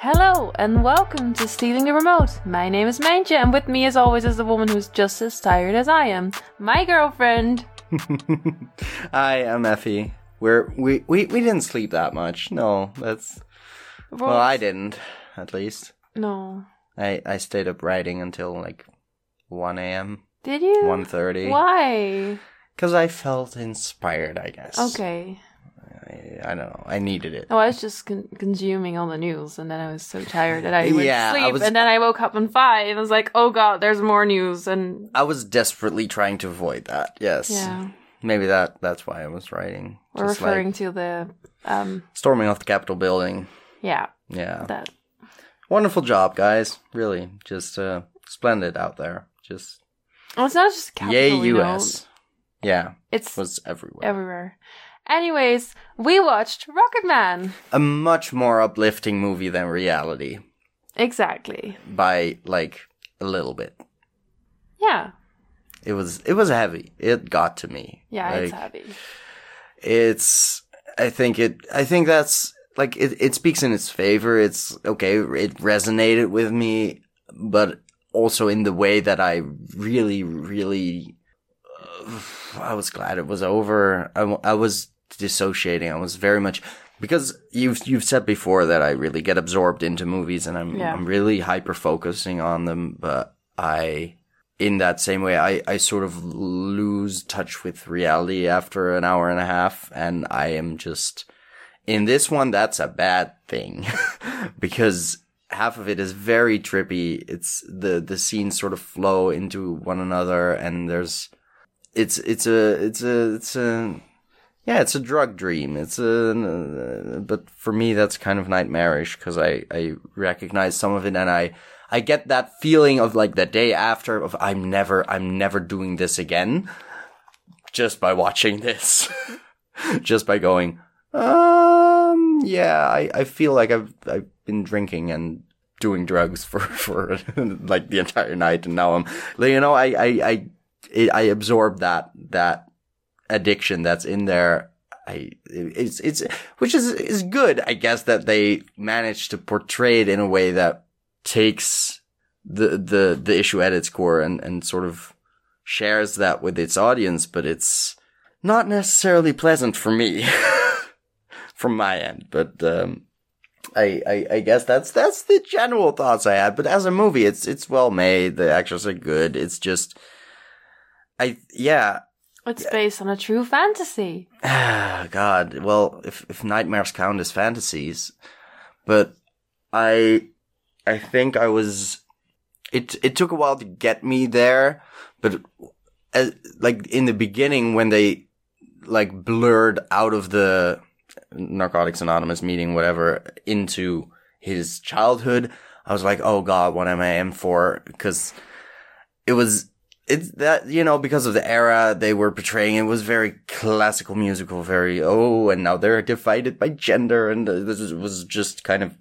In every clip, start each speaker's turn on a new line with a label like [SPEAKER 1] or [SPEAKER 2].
[SPEAKER 1] Hello and welcome to Stealing the Remote. My name is Manja, and with me, as always, is the woman who's just as tired as I am, my girlfriend.
[SPEAKER 2] Hi, I'm Effie. We're we, we we didn't sleep that much. No, that's well, I didn't. At least
[SPEAKER 1] No.
[SPEAKER 2] I I stayed up writing until like one a.m.
[SPEAKER 1] Did you?
[SPEAKER 2] one thirty
[SPEAKER 1] Why?
[SPEAKER 2] because I felt inspired. I guess.
[SPEAKER 1] Okay.
[SPEAKER 2] I, I don't know. I needed it.
[SPEAKER 1] Oh, I was just con- consuming all the news, and then I was so tired that I went
[SPEAKER 2] Yeah, I
[SPEAKER 1] to sleep,
[SPEAKER 2] was-
[SPEAKER 1] and then I woke up on five, and was like, "Oh God, there's more news." And
[SPEAKER 2] I was desperately trying to avoid that. Yes.
[SPEAKER 1] yeah,
[SPEAKER 2] Maybe that that's why I was writing.
[SPEAKER 1] we're
[SPEAKER 2] Just, like,
[SPEAKER 1] referring to the um,
[SPEAKER 2] storming off the Capitol building.
[SPEAKER 1] yeah,
[SPEAKER 2] Yeah.
[SPEAKER 1] that
[SPEAKER 2] Wonderful job, guys. Really, just uh, splendid out there. Just
[SPEAKER 1] well, it's not just capital,
[SPEAKER 2] yay,
[SPEAKER 1] you know.
[SPEAKER 2] U.S. Yeah,
[SPEAKER 1] It's
[SPEAKER 2] was everywhere.
[SPEAKER 1] everywhere. Anyways, we watched Rocket Man.
[SPEAKER 2] a much more uplifting movie than reality
[SPEAKER 1] Exactly.
[SPEAKER 2] by like a little bit.
[SPEAKER 1] Yeah.
[SPEAKER 2] It was it was heavy. It got to me.
[SPEAKER 1] Yeah, it's
[SPEAKER 2] Like,
[SPEAKER 1] heavy.
[SPEAKER 2] It's I think it I think that's like it it speaks in its favor. It's okay, it resonated with me, but also in the way that I really really uh, I was glad it was over. I, w- I was dissociating. I was very much because you've you've said before that I really get absorbed into movies and I'm
[SPEAKER 1] Yeah.
[SPEAKER 2] I'm really hyper focusing on them, but I in that same way I, I sort of lose touch with reality after an hour and a half and I am just in this one that's a bad thing because half of it is very trippy. It's the the scenes sort of flow into one another and there's it's it's a it's a it's a yeah, it's a drug dream. It's a, but for me, that's kind of nightmarish because I, I recognize some of it and I, I get that feeling of like the day after of I'm never, I'm never doing this again just by watching this, just by going, um, yeah, I, I feel like I've, I've been drinking and doing drugs for, for like the entire night. And now I'm, like, you know, I, I, I, it, I absorb that, that addiction that's in there. I it's it's which is is good, I guess, that they managed to portray it in a way that takes the the the issue at its core and and sort of shares that with its audience, but it's not necessarily pleasant for me from my end. But um, I, I I guess that's that's the general thoughts I had. But as a movie, it's it's well made. The actors are good. It's just I yeah
[SPEAKER 1] It's based on a true fantasy.
[SPEAKER 2] Ah, God. Well, if if nightmares count as fantasies, but I, I think I was. It it took a while to get me there, but as, like in the beginning when they like blurred out of the Narcotics Anonymous meeting, whatever, into his childhood, I was like, oh God, what am I in for? Because it was it's that you know because of the era they were portraying it was very classical musical very oh and now they're divided by gender and uh, this is- was just kind of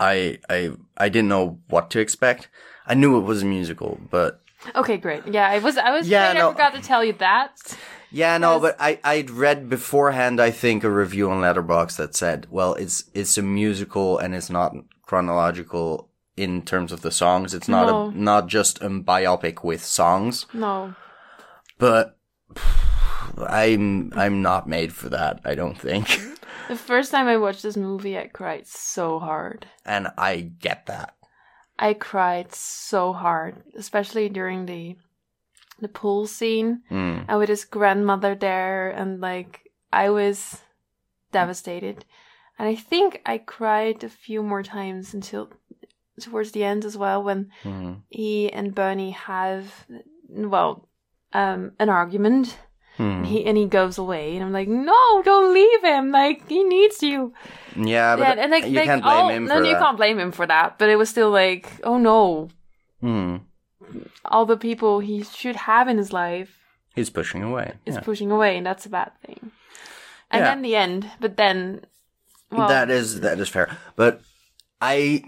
[SPEAKER 2] i i i didn't know what to expect i knew it was a musical but
[SPEAKER 1] Okay, great. Yeah, I was. I was.
[SPEAKER 2] Yeah,
[SPEAKER 1] Yeah, I
[SPEAKER 2] no.
[SPEAKER 1] forgot to tell you that.
[SPEAKER 2] yeah no
[SPEAKER 1] Yes.
[SPEAKER 2] but i i'd read beforehand i think a review on letterbox that said well it's it's a musical and it's not chronological in terms of the songs it's not
[SPEAKER 1] No.
[SPEAKER 2] a not just a biopic with songs
[SPEAKER 1] No.
[SPEAKER 2] but I'm I'm not made for that. I don't think,
[SPEAKER 1] The first time I watched this movie, I cried so hard.
[SPEAKER 2] and I get that.
[SPEAKER 1] I cried so hard, especially during the the pool scene
[SPEAKER 2] Mm.
[SPEAKER 1] and with his grandmother there, and like I was devastated. And I think I cried a few more times until towards the end as well when
[SPEAKER 2] Mm.
[SPEAKER 1] he and Bernie have well um an argument
[SPEAKER 2] Mm.
[SPEAKER 1] he and he goes away and I'm like no don't leave him like he needs you
[SPEAKER 2] yeah, but uh,
[SPEAKER 1] yeah and like
[SPEAKER 2] you
[SPEAKER 1] like,
[SPEAKER 2] can't blame
[SPEAKER 1] all-
[SPEAKER 2] him
[SPEAKER 1] no
[SPEAKER 2] for
[SPEAKER 1] you
[SPEAKER 2] that.
[SPEAKER 1] can't blame him for that but it was still like oh no
[SPEAKER 2] Mm.
[SPEAKER 1] all the people he should have in his life
[SPEAKER 2] He's pushing away.
[SPEAKER 1] is
[SPEAKER 2] Yeah.
[SPEAKER 1] pushing away and that's a bad thing and
[SPEAKER 2] Yeah.
[SPEAKER 1] then the end but then well
[SPEAKER 2] that is that is fair, but I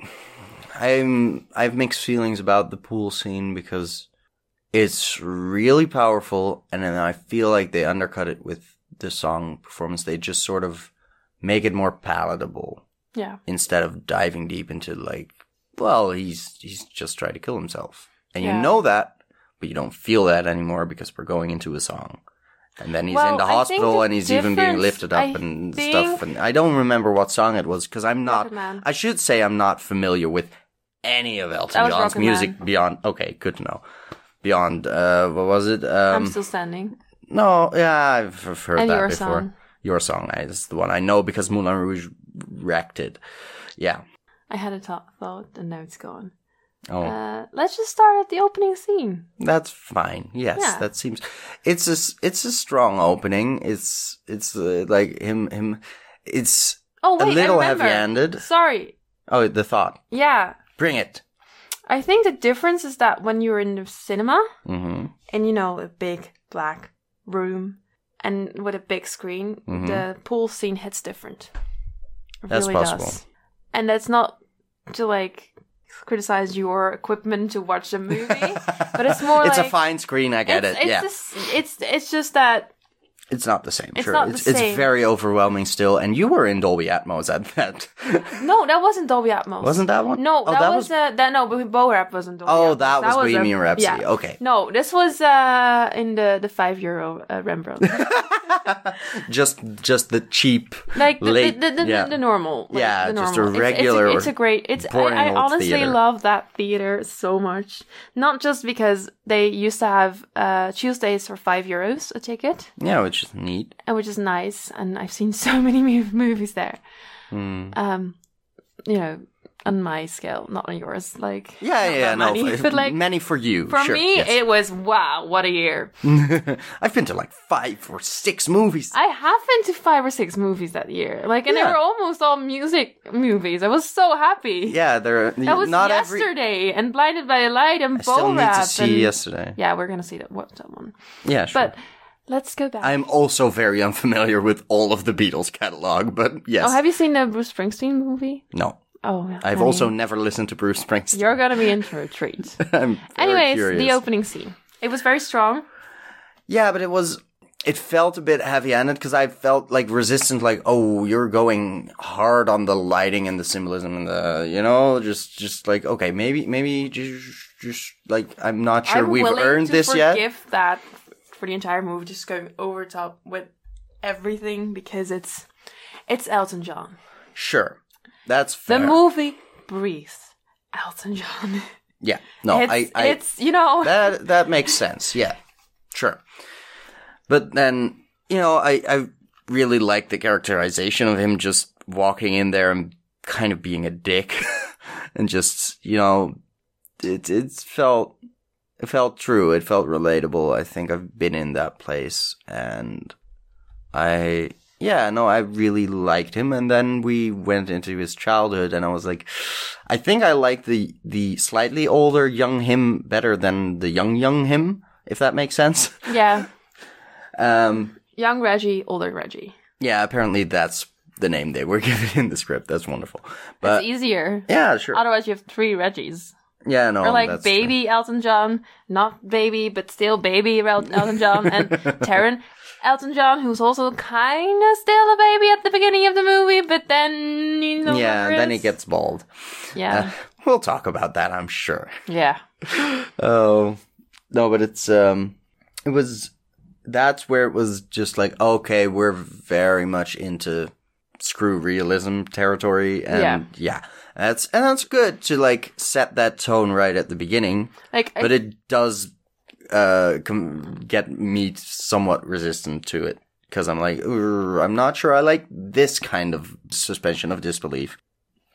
[SPEAKER 2] I'm I have mixed feelings about the pool scene because it's really powerful, and then I feel like they undercut it with the song performance. They just sort of make it more palatable.
[SPEAKER 1] Yeah.
[SPEAKER 2] instead of diving deep into like, well, he's he's just tried to kill himself, and
[SPEAKER 1] Yeah.
[SPEAKER 2] you know that, but you don't feel that anymore because we're going into a song, and then he's
[SPEAKER 1] Well,
[SPEAKER 2] in the
[SPEAKER 1] I think
[SPEAKER 2] hospital
[SPEAKER 1] the
[SPEAKER 2] and he's even being
[SPEAKER 1] difference-
[SPEAKER 2] lifted up
[SPEAKER 1] I
[SPEAKER 2] and
[SPEAKER 1] think-
[SPEAKER 2] stuff, and I don't remember what song it was because I'm not.
[SPEAKER 1] Rocket Man.
[SPEAKER 2] I should say I'm not familiar with any of
[SPEAKER 1] That
[SPEAKER 2] Elton
[SPEAKER 1] was
[SPEAKER 2] John's
[SPEAKER 1] Rocket
[SPEAKER 2] music
[SPEAKER 1] Man.
[SPEAKER 2] beyond. Okay, good to know. Beyond, uh, what was it? Um,
[SPEAKER 1] I'm still standing.
[SPEAKER 2] no, yeah, I've I've heard
[SPEAKER 1] And
[SPEAKER 2] that
[SPEAKER 1] your
[SPEAKER 2] before.
[SPEAKER 1] song.
[SPEAKER 2] Your song I- is the one I know because Moulin Rouge wrecked it. Yeah.
[SPEAKER 1] I had a thought, thought and now it's gone.
[SPEAKER 2] Oh,
[SPEAKER 1] Uh, let's just start at the opening scene.
[SPEAKER 2] that's fine. Yes,
[SPEAKER 1] yeah.
[SPEAKER 2] that seems. It's a s- it's a strong opening. It's it's uh, like him him. It's
[SPEAKER 1] Oh wait,
[SPEAKER 2] a little
[SPEAKER 1] I
[SPEAKER 2] heavy
[SPEAKER 1] remember.
[SPEAKER 2] handed.
[SPEAKER 1] Sorry.
[SPEAKER 2] Oh, the thought.
[SPEAKER 1] Yeah,
[SPEAKER 2] Bring it.
[SPEAKER 1] I think the difference is that when you're in the cinema
[SPEAKER 2] hmm
[SPEAKER 1] and you know a big black room and with a big screen,
[SPEAKER 2] Mhm.
[SPEAKER 1] the pool scene hits different. It
[SPEAKER 2] That's
[SPEAKER 1] really
[SPEAKER 2] possible.
[SPEAKER 1] Does. And that's not to like criticize your equipment to watch the movie, but it's more
[SPEAKER 2] it's
[SPEAKER 1] like
[SPEAKER 2] a fine screen. I get
[SPEAKER 1] it's,
[SPEAKER 2] it.
[SPEAKER 1] It's,
[SPEAKER 2] yeah.
[SPEAKER 1] just, it's it's just that
[SPEAKER 2] It's not the same.
[SPEAKER 1] It's
[SPEAKER 2] sure,
[SPEAKER 1] not the
[SPEAKER 2] it's,
[SPEAKER 1] same.
[SPEAKER 2] it's very overwhelming still. And you were in Dolby Atmos at that,
[SPEAKER 1] no, that wasn't Dolby Atmos.
[SPEAKER 2] wasn't that one?
[SPEAKER 1] No,
[SPEAKER 2] oh,
[SPEAKER 1] that, was, uh, that no, but Bo Rap wasn't Dolby.
[SPEAKER 2] oh,
[SPEAKER 1] Atmos.
[SPEAKER 2] that was
[SPEAKER 1] a-
[SPEAKER 2] Bohemian Rhapsody.
[SPEAKER 1] yeah.
[SPEAKER 2] Okay,
[SPEAKER 1] No, this was uh in the the five euro uh, Rembrandt,
[SPEAKER 2] just just the cheap,
[SPEAKER 1] like the
[SPEAKER 2] Late-
[SPEAKER 1] the, the, the,
[SPEAKER 2] yeah.
[SPEAKER 1] the normal. like,
[SPEAKER 2] Yeah,
[SPEAKER 1] the
[SPEAKER 2] just a
[SPEAKER 1] normal. It's-
[SPEAKER 2] regular
[SPEAKER 1] It's, a, it's a great. It's
[SPEAKER 2] boring
[SPEAKER 1] I, I
[SPEAKER 2] old
[SPEAKER 1] honestly
[SPEAKER 2] theater.
[SPEAKER 1] love that theater so much. Not just because they used to have uh Tuesdays for five euros a ticket,
[SPEAKER 2] yeah, which is neat.
[SPEAKER 1] and which is nice. And I've seen so many mov- movies there.
[SPEAKER 2] Hmm.
[SPEAKER 1] Um, you know, on my scale, not on yours. Like
[SPEAKER 2] Yeah,
[SPEAKER 1] not
[SPEAKER 2] yeah, yeah,
[SPEAKER 1] that
[SPEAKER 2] no,
[SPEAKER 1] many,
[SPEAKER 2] for-
[SPEAKER 1] but like
[SPEAKER 2] many for you.
[SPEAKER 1] for
[SPEAKER 2] sure,
[SPEAKER 1] me,
[SPEAKER 2] yes.
[SPEAKER 1] it was wow, what a year.
[SPEAKER 2] I've been to like five or six movies.
[SPEAKER 1] I have been to five or six movies that year. Like, and they
[SPEAKER 2] Yeah.
[SPEAKER 1] were almost all music movies. I was so happy.
[SPEAKER 2] yeah, there. are-
[SPEAKER 1] that was
[SPEAKER 2] not every.
[SPEAKER 1] yesterday, and Blinded by the Light, and
[SPEAKER 2] I still
[SPEAKER 1] Bo
[SPEAKER 2] need
[SPEAKER 1] Rap.
[SPEAKER 2] to see
[SPEAKER 1] and-
[SPEAKER 2] yesterday.
[SPEAKER 1] Yeah, we're gonna see that, what, that one.
[SPEAKER 2] Yeah, sure.
[SPEAKER 1] But let's go back.
[SPEAKER 2] I'm also very unfamiliar with all of the Beatles catalog, but yes.
[SPEAKER 1] Oh, have you seen the Bruce Springsteen movie?
[SPEAKER 2] no,
[SPEAKER 1] Oh, yeah.
[SPEAKER 2] I've
[SPEAKER 1] I
[SPEAKER 2] also
[SPEAKER 1] mean,
[SPEAKER 2] never listened to Bruce Springsteen.
[SPEAKER 1] You're gonna be in for a treat.
[SPEAKER 2] I'm very
[SPEAKER 1] Anyways,
[SPEAKER 2] curious.
[SPEAKER 1] the opening scene. It was very strong.
[SPEAKER 2] yeah, but it was. It felt a bit heavy-handed because I felt like resistant. Like, oh, you're going hard on the lighting and the symbolism and the, you know, just, just like, okay, maybe, maybe, just, just like, I'm not sure
[SPEAKER 1] I'm
[SPEAKER 2] we've
[SPEAKER 1] willing
[SPEAKER 2] earned
[SPEAKER 1] to
[SPEAKER 2] this
[SPEAKER 1] forgive
[SPEAKER 2] yet.
[SPEAKER 1] that for the entire movie, just going over top with everything because it's it's Elton John.
[SPEAKER 2] Sure, that's
[SPEAKER 1] The
[SPEAKER 2] fair.
[SPEAKER 1] movie breathes. Elton John.
[SPEAKER 2] yeah, no,
[SPEAKER 1] it's,
[SPEAKER 2] Oh, I, I,
[SPEAKER 1] it's you know
[SPEAKER 2] that that makes sense. Yeah, sure. But then you know, I I really like the characterization of him just walking in there and kind of being a dick, and just you know, it it felt it felt true. It felt relatable. I think I've been in that place, and I. Yeah, no, I really liked him, and then we went into his childhood, and I was like, I think I like the the slightly older young him better than the young young him, if that makes sense.
[SPEAKER 1] yeah.
[SPEAKER 2] Um,
[SPEAKER 1] Young Reggie, older Reggie.
[SPEAKER 2] yeah, apparently that's the name they were given in the script. That's wonderful. But
[SPEAKER 1] it's easier.
[SPEAKER 2] yeah, sure.
[SPEAKER 1] Otherwise, you have three Reggies.
[SPEAKER 2] yeah, no,
[SPEAKER 1] or like
[SPEAKER 2] Oh, that's
[SPEAKER 1] baby Elton John, not baby, but still baby Rel- Elton John, and Taryn Elton John, who's also kind of still a baby at the beginning of the movie, but then you
[SPEAKER 2] true.
[SPEAKER 1] know.
[SPEAKER 2] Yeah,
[SPEAKER 1] whatever
[SPEAKER 2] and then
[SPEAKER 1] it
[SPEAKER 2] he
[SPEAKER 1] is.
[SPEAKER 2] gets bald. Uh,
[SPEAKER 1] Yeah,
[SPEAKER 2] We'll talk about that, I'm sure.
[SPEAKER 1] yeah,
[SPEAKER 2] Oh no, but it's um, it was that's where it was just like okay, we're very much into screw realism territory, and yeah, that's and that's good to like set that tone right at the beginning,
[SPEAKER 1] like I-
[SPEAKER 2] but it does uh com- get me somewhat resistant to it because I'm like "Ur, I'm not sure I like this kind of suspension of disbelief,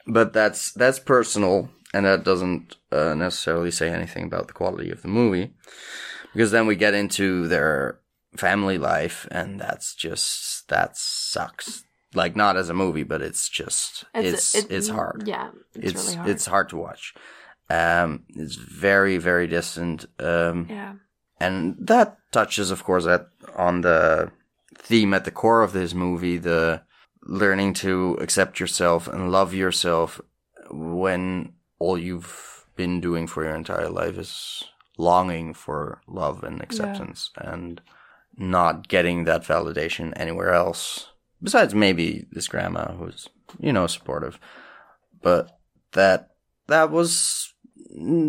[SPEAKER 2] but that's that's personal and that doesn't uh, necessarily say anything about the quality of the movie because then we get into their family life and that's just that sucks like not as a movie but it's just it's it's,
[SPEAKER 1] it-
[SPEAKER 2] hard
[SPEAKER 1] Yeah, it's,
[SPEAKER 2] it's
[SPEAKER 1] really hard.
[SPEAKER 2] it's hard to watch. Um, it's very very distant. Um,
[SPEAKER 1] yeah,
[SPEAKER 2] and that touches, of course, at on the theme at the core of this movie: the learning to accept yourself and love yourself when all you've been doing for your entire life is longing for love and acceptance and not getting that validation anywhere else besides maybe this grandma who's you know supportive, but that that was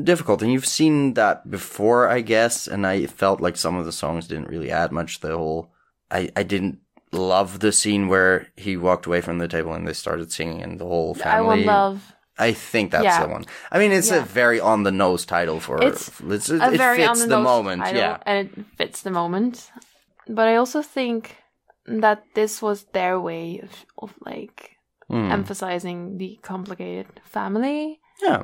[SPEAKER 2] difficult and you've seen that before i guess and i felt like some of the songs didn't really add much the whole i i didn't love the scene where he walked away from the table and they started singing and the whole
[SPEAKER 1] I
[SPEAKER 2] family
[SPEAKER 1] will love.
[SPEAKER 2] I think that's
[SPEAKER 1] Yeah.
[SPEAKER 2] the one i mean it's
[SPEAKER 1] Yeah.
[SPEAKER 2] a very on the nose title for
[SPEAKER 1] It's
[SPEAKER 2] it's-
[SPEAKER 1] a
[SPEAKER 2] it
[SPEAKER 1] very
[SPEAKER 2] fits
[SPEAKER 1] on
[SPEAKER 2] the,
[SPEAKER 1] nose
[SPEAKER 2] moment
[SPEAKER 1] title,
[SPEAKER 2] yeah
[SPEAKER 1] and it fits the moment. But I also think that this was their way of, of like
[SPEAKER 2] Mm.
[SPEAKER 1] emphasizing the complicated family
[SPEAKER 2] yeah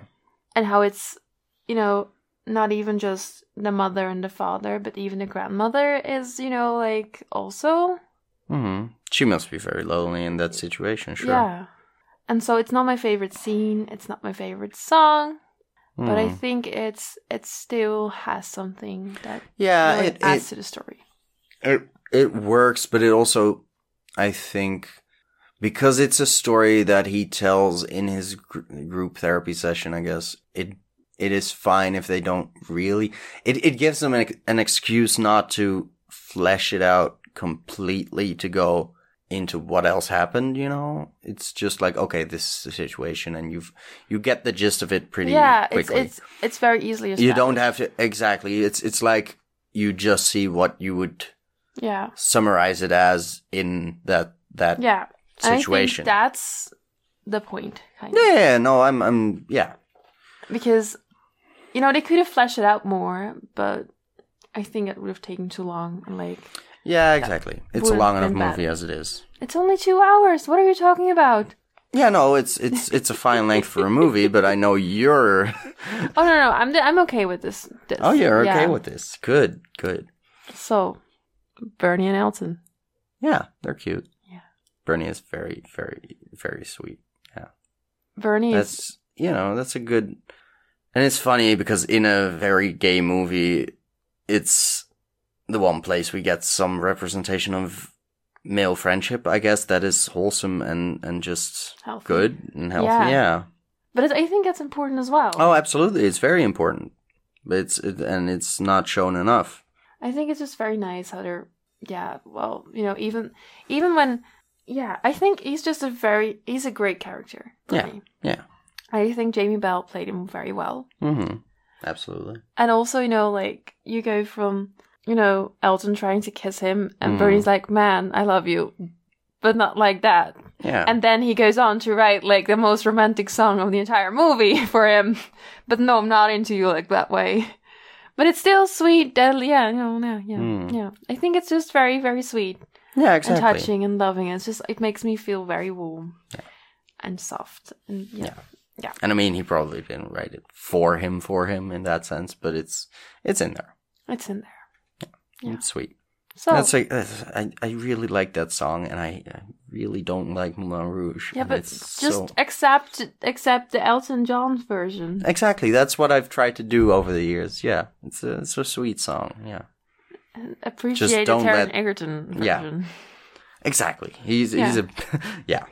[SPEAKER 1] and how it's you know not even just the mother and the father, but even the grandmother is you know like also
[SPEAKER 2] hmm she must be very lonely in that situation sure
[SPEAKER 1] yeah. And so it's not my favorite scene. It's not my favorite song, but I
[SPEAKER 2] Mm.
[SPEAKER 1] think it's it still has something that
[SPEAKER 2] yeah
[SPEAKER 1] really
[SPEAKER 2] Uh, it, it,
[SPEAKER 1] adds to the story.
[SPEAKER 2] it it works, but it also, I think, because it's a story that he tells in his gr- group therapy session. I guess it it is fine if they don't really. It it gives them an ex- an excuse not to flesh it out completely to go into what else happened. You know, it's just like okay, this is the situation, and you've you get the gist of it pretty
[SPEAKER 1] yeah,
[SPEAKER 2] quickly
[SPEAKER 1] it's it's it's very easily.
[SPEAKER 2] you
[SPEAKER 1] established.
[SPEAKER 2] don't have to exactly it's it's like you just see what you would
[SPEAKER 1] Yeah,
[SPEAKER 2] summarize it as in that that
[SPEAKER 1] yeah. And I think
[SPEAKER 2] situation
[SPEAKER 1] that's the point, kind of,
[SPEAKER 2] yeah, yeah, no i'm i'm yeah
[SPEAKER 1] because you know they could have fleshed it out more, but I think it would have taken too long. And like,
[SPEAKER 2] yeah exactly it's a
[SPEAKER 1] would've
[SPEAKER 2] long enough
[SPEAKER 1] been bad.
[SPEAKER 2] movie as it is
[SPEAKER 1] it's only two hours. What are you talking about?
[SPEAKER 2] yeah no it's it's it's a fine length for a movie but i know you're
[SPEAKER 1] Oh no, no, I'm I'm okay with this. this.
[SPEAKER 2] oh you're okay
[SPEAKER 1] Yeah.
[SPEAKER 2] with this good good
[SPEAKER 1] So, Bernie and Elton.
[SPEAKER 2] yeah they're cute
[SPEAKER 1] Yeah.
[SPEAKER 2] bernie is very very very sweet
[SPEAKER 1] Bernie is
[SPEAKER 2] that's you know that's a good and it's funny because in a very gay movie it's the one place we get some representation of male friendship i guess that is wholesome and and just
[SPEAKER 1] healthy.
[SPEAKER 2] good and healthy yeah,
[SPEAKER 1] Yeah. But it, I think that's important as well.
[SPEAKER 2] oh absolutely it's very important But it's it, and it's not shown enough
[SPEAKER 1] I think it's just very nice how they're yeah, well, you know, even even when yeah, I think he's just a very he's a great character. for
[SPEAKER 2] Yeah,
[SPEAKER 1] me.
[SPEAKER 2] yeah.
[SPEAKER 1] I think Jamie Bell played him very well.
[SPEAKER 2] hmm absolutely
[SPEAKER 1] And also, you know, like you go from, you know, Elton trying to kiss him and
[SPEAKER 2] Mhm.
[SPEAKER 1] Bernie's like, Man, I love you but not like that.
[SPEAKER 2] yeah
[SPEAKER 1] And then he goes on to write like the most romantic song of the entire movie for him. But no, I'm not into you like that way. But it's still sweet, deadly. Yeah, no, no, yeah,
[SPEAKER 2] Mm.
[SPEAKER 1] yeah. I think it's just very, very sweet
[SPEAKER 2] yeah
[SPEAKER 1] and
[SPEAKER 2] exactly
[SPEAKER 1] touching and loving. It's just it makes me feel very warm and soft. And yeah,
[SPEAKER 2] Yeah. and i mean he probably didn't write it for him for him in that sense but it's it's in there
[SPEAKER 1] it's in there. Yeah.
[SPEAKER 2] it's sweet
[SPEAKER 1] So
[SPEAKER 2] That's like that's, I I really like that song, and I, I really don't like Moulin Rouge.
[SPEAKER 1] yeah,
[SPEAKER 2] and
[SPEAKER 1] but
[SPEAKER 2] it's
[SPEAKER 1] just
[SPEAKER 2] so- Eh,
[SPEAKER 1] accept accept the Elton John version.
[SPEAKER 2] exactly that's what I've tried to do over the years. Yeah, it's a it's a sweet song. Yeah,
[SPEAKER 1] And Appreciate the
[SPEAKER 2] don't
[SPEAKER 1] Taron
[SPEAKER 2] let-
[SPEAKER 1] Egerton
[SPEAKER 2] Yeah.
[SPEAKER 1] version.
[SPEAKER 2] exactly. He's he's a yeah.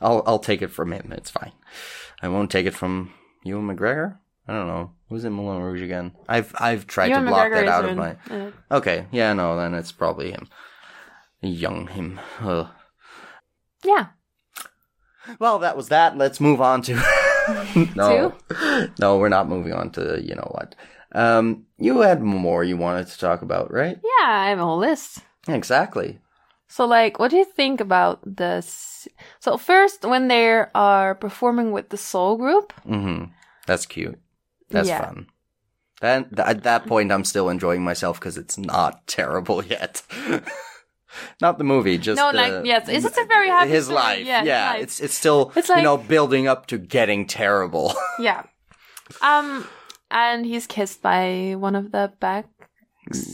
[SPEAKER 2] I'll I'll take it from him. It's fine. I won't take it from Ewan McGregor. I don't know who's in Moulin Rouge again. I've I've tried
[SPEAKER 1] Ewan
[SPEAKER 2] to block
[SPEAKER 1] McGregor
[SPEAKER 2] that
[SPEAKER 1] is
[SPEAKER 2] out of
[SPEAKER 1] in
[SPEAKER 2] my.
[SPEAKER 1] it.
[SPEAKER 2] Okay, yeah, no, then it's probably him. Young him. Ugh.
[SPEAKER 1] yeah.
[SPEAKER 2] Well, that was that. Let's move on to no, no, we're not moving on to you know what. Um, you had more you wanted to talk about, right?
[SPEAKER 1] Yeah, I have a whole list.
[SPEAKER 2] Exactly.
[SPEAKER 1] So, like, what do you think about this? So, first, when they are performing with the soul group,
[SPEAKER 2] Mm-hmm. That's cute. That's
[SPEAKER 1] Yeah.
[SPEAKER 2] fun. Then th- at that point, I'm still enjoying myself because it's not terrible yet. not the movie, just
[SPEAKER 1] No,
[SPEAKER 2] the-
[SPEAKER 1] like, yes, it's just a very happy
[SPEAKER 2] his
[SPEAKER 1] story.
[SPEAKER 2] life.
[SPEAKER 1] Yeah,
[SPEAKER 2] Yeah,
[SPEAKER 1] his life.
[SPEAKER 2] it's it's still
[SPEAKER 1] It's
[SPEAKER 2] you
[SPEAKER 1] like-
[SPEAKER 2] know building up to getting terrible.
[SPEAKER 1] yeah, um, and he's kissed by one of the back.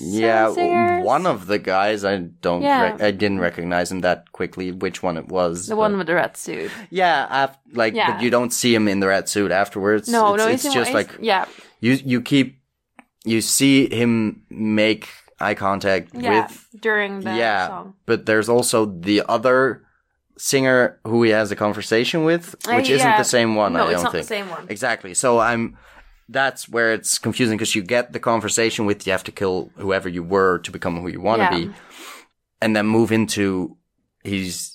[SPEAKER 2] Yeah, w-
[SPEAKER 1] singers?
[SPEAKER 2] one of the guys. I don't.
[SPEAKER 1] Yeah.
[SPEAKER 2] Rec- I didn't recognize him that quickly. Which one it was?
[SPEAKER 1] The one
[SPEAKER 2] but-
[SPEAKER 1] with the red suit.
[SPEAKER 2] Yeah, af- like,
[SPEAKER 1] Yeah.
[SPEAKER 2] but you don't see him in the red suit afterwards.
[SPEAKER 1] No,
[SPEAKER 2] it's,
[SPEAKER 1] no,
[SPEAKER 2] it's
[SPEAKER 1] he's in-
[SPEAKER 2] just
[SPEAKER 1] he's-
[SPEAKER 2] like
[SPEAKER 1] yeah,
[SPEAKER 2] you. You keep. You see him make eye contact
[SPEAKER 1] yeah,
[SPEAKER 2] with,
[SPEAKER 1] during the
[SPEAKER 2] yeah,
[SPEAKER 1] song.
[SPEAKER 2] but there's also the other singer who he has a conversation with,
[SPEAKER 1] Uh,
[SPEAKER 2] which isn't
[SPEAKER 1] yeah.
[SPEAKER 2] the same one.
[SPEAKER 1] no,
[SPEAKER 2] I don't
[SPEAKER 1] it's not
[SPEAKER 2] think
[SPEAKER 1] the same one.
[SPEAKER 2] exactly. So I'm. That's where it's confusing because you get the conversation with you have to kill whoever you were to become who you want to
[SPEAKER 1] Yeah.
[SPEAKER 2] be, and then move into he's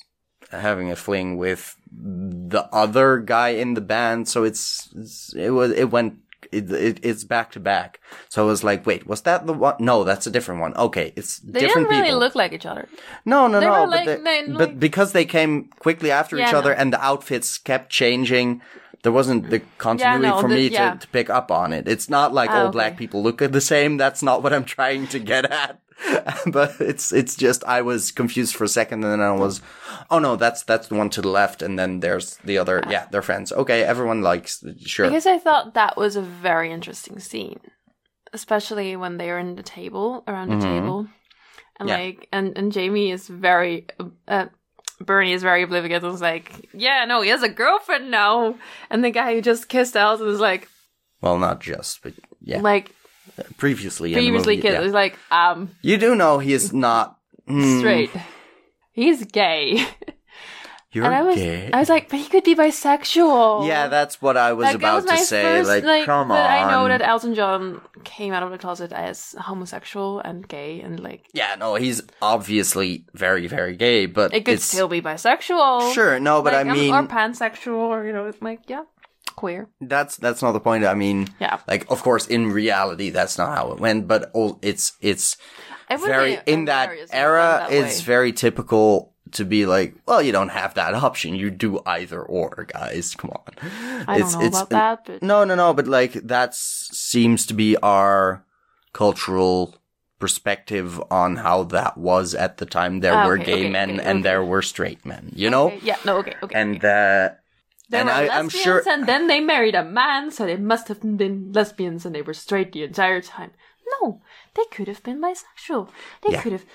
[SPEAKER 2] having a fling with the other guy in the band. So it's, it's- it was it went it, it it's back to back. So I was like, wait, was that the one? No, that's a different one. Okay, it's
[SPEAKER 1] They
[SPEAKER 2] different
[SPEAKER 1] didn't really
[SPEAKER 2] people.
[SPEAKER 1] look like each other.
[SPEAKER 2] No, no,
[SPEAKER 1] They
[SPEAKER 2] no.
[SPEAKER 1] were
[SPEAKER 2] but,
[SPEAKER 1] like-
[SPEAKER 2] they-
[SPEAKER 1] they-
[SPEAKER 2] but
[SPEAKER 1] like-
[SPEAKER 2] because they came quickly after each
[SPEAKER 1] Yeah,
[SPEAKER 2] other
[SPEAKER 1] no.
[SPEAKER 2] and the outfits kept changing, there wasn't the continuity
[SPEAKER 1] no,
[SPEAKER 2] for
[SPEAKER 1] the-
[SPEAKER 2] me
[SPEAKER 1] yeah.
[SPEAKER 2] to, to pick up on it. It's not like
[SPEAKER 1] Ah,
[SPEAKER 2] all
[SPEAKER 1] okay.
[SPEAKER 2] black people look the same. That's not what I'm trying to get at. but it's it's just I was confused for a second and then I was, oh no, that's that's the one to the left and then there's the other. Yeah, they're friends. Okay, everyone likes sure.
[SPEAKER 1] Because I thought that was a very interesting scene, especially when they are in the table around the
[SPEAKER 2] Mhm.
[SPEAKER 1] table, and
[SPEAKER 2] Yeah.
[SPEAKER 1] like and and Jamie is very. Uh, Bernie is very oblivious and was like, Yeah, no, he has a girlfriend now. And the guy who just kissed Alison was like,
[SPEAKER 2] well, not just, but yeah,
[SPEAKER 1] like
[SPEAKER 2] previously. in the
[SPEAKER 1] previously
[SPEAKER 2] movie,
[SPEAKER 1] kissed.
[SPEAKER 2] yeah.
[SPEAKER 1] It was like, um,
[SPEAKER 2] You do know he is not mm,
[SPEAKER 1] straight. He's gay.
[SPEAKER 2] You're
[SPEAKER 1] and I was
[SPEAKER 2] gay.
[SPEAKER 1] I was like, but he could be bisexual.
[SPEAKER 2] Yeah, that's what I was
[SPEAKER 1] Like, that
[SPEAKER 2] about to
[SPEAKER 1] my
[SPEAKER 2] say.
[SPEAKER 1] first,
[SPEAKER 2] like, come
[SPEAKER 1] but
[SPEAKER 2] on.
[SPEAKER 1] I know that Elton John came out of the closet as homosexual and gay, and like
[SPEAKER 2] yeah, no, he's obviously very, very gay, but
[SPEAKER 1] it could
[SPEAKER 2] it's
[SPEAKER 1] still be bisexual.
[SPEAKER 2] sure. No, but
[SPEAKER 1] Like,
[SPEAKER 2] I
[SPEAKER 1] um,
[SPEAKER 2] mean,
[SPEAKER 1] or pansexual, or you know, it's like yeah, queer.
[SPEAKER 2] that's that's not the point. I mean,
[SPEAKER 1] Yeah,
[SPEAKER 2] like, of course, in reality, that's not how it went. But all, it's it's
[SPEAKER 1] it would
[SPEAKER 2] very
[SPEAKER 1] be
[SPEAKER 2] in that
[SPEAKER 1] hilarious if it
[SPEAKER 2] era.
[SPEAKER 1] went that
[SPEAKER 2] it's
[SPEAKER 1] way.
[SPEAKER 2] very typical to be like, well, you don't have that option. You do either or, guys. Come on.
[SPEAKER 1] I don't
[SPEAKER 2] it's,
[SPEAKER 1] know
[SPEAKER 2] it's
[SPEAKER 1] about that, but
[SPEAKER 2] No, no, no. But like that seems to be our cultural perspective on how that was at the time. There
[SPEAKER 1] Ah,
[SPEAKER 2] were
[SPEAKER 1] okay,
[SPEAKER 2] gay
[SPEAKER 1] okay,
[SPEAKER 2] men
[SPEAKER 1] okay,
[SPEAKER 2] and
[SPEAKER 1] okay.
[SPEAKER 2] there were straight men. You know,
[SPEAKER 1] Okay, yeah, no, okay, okay.
[SPEAKER 2] and uh,
[SPEAKER 1] They
[SPEAKER 2] and
[SPEAKER 1] were
[SPEAKER 2] I-
[SPEAKER 1] lesbians,
[SPEAKER 2] I'm sure-
[SPEAKER 1] and then they married a man, so they must have been lesbians, and they were straight the entire time. No, they could have been bisexual. They
[SPEAKER 2] Yeah.
[SPEAKER 1] could have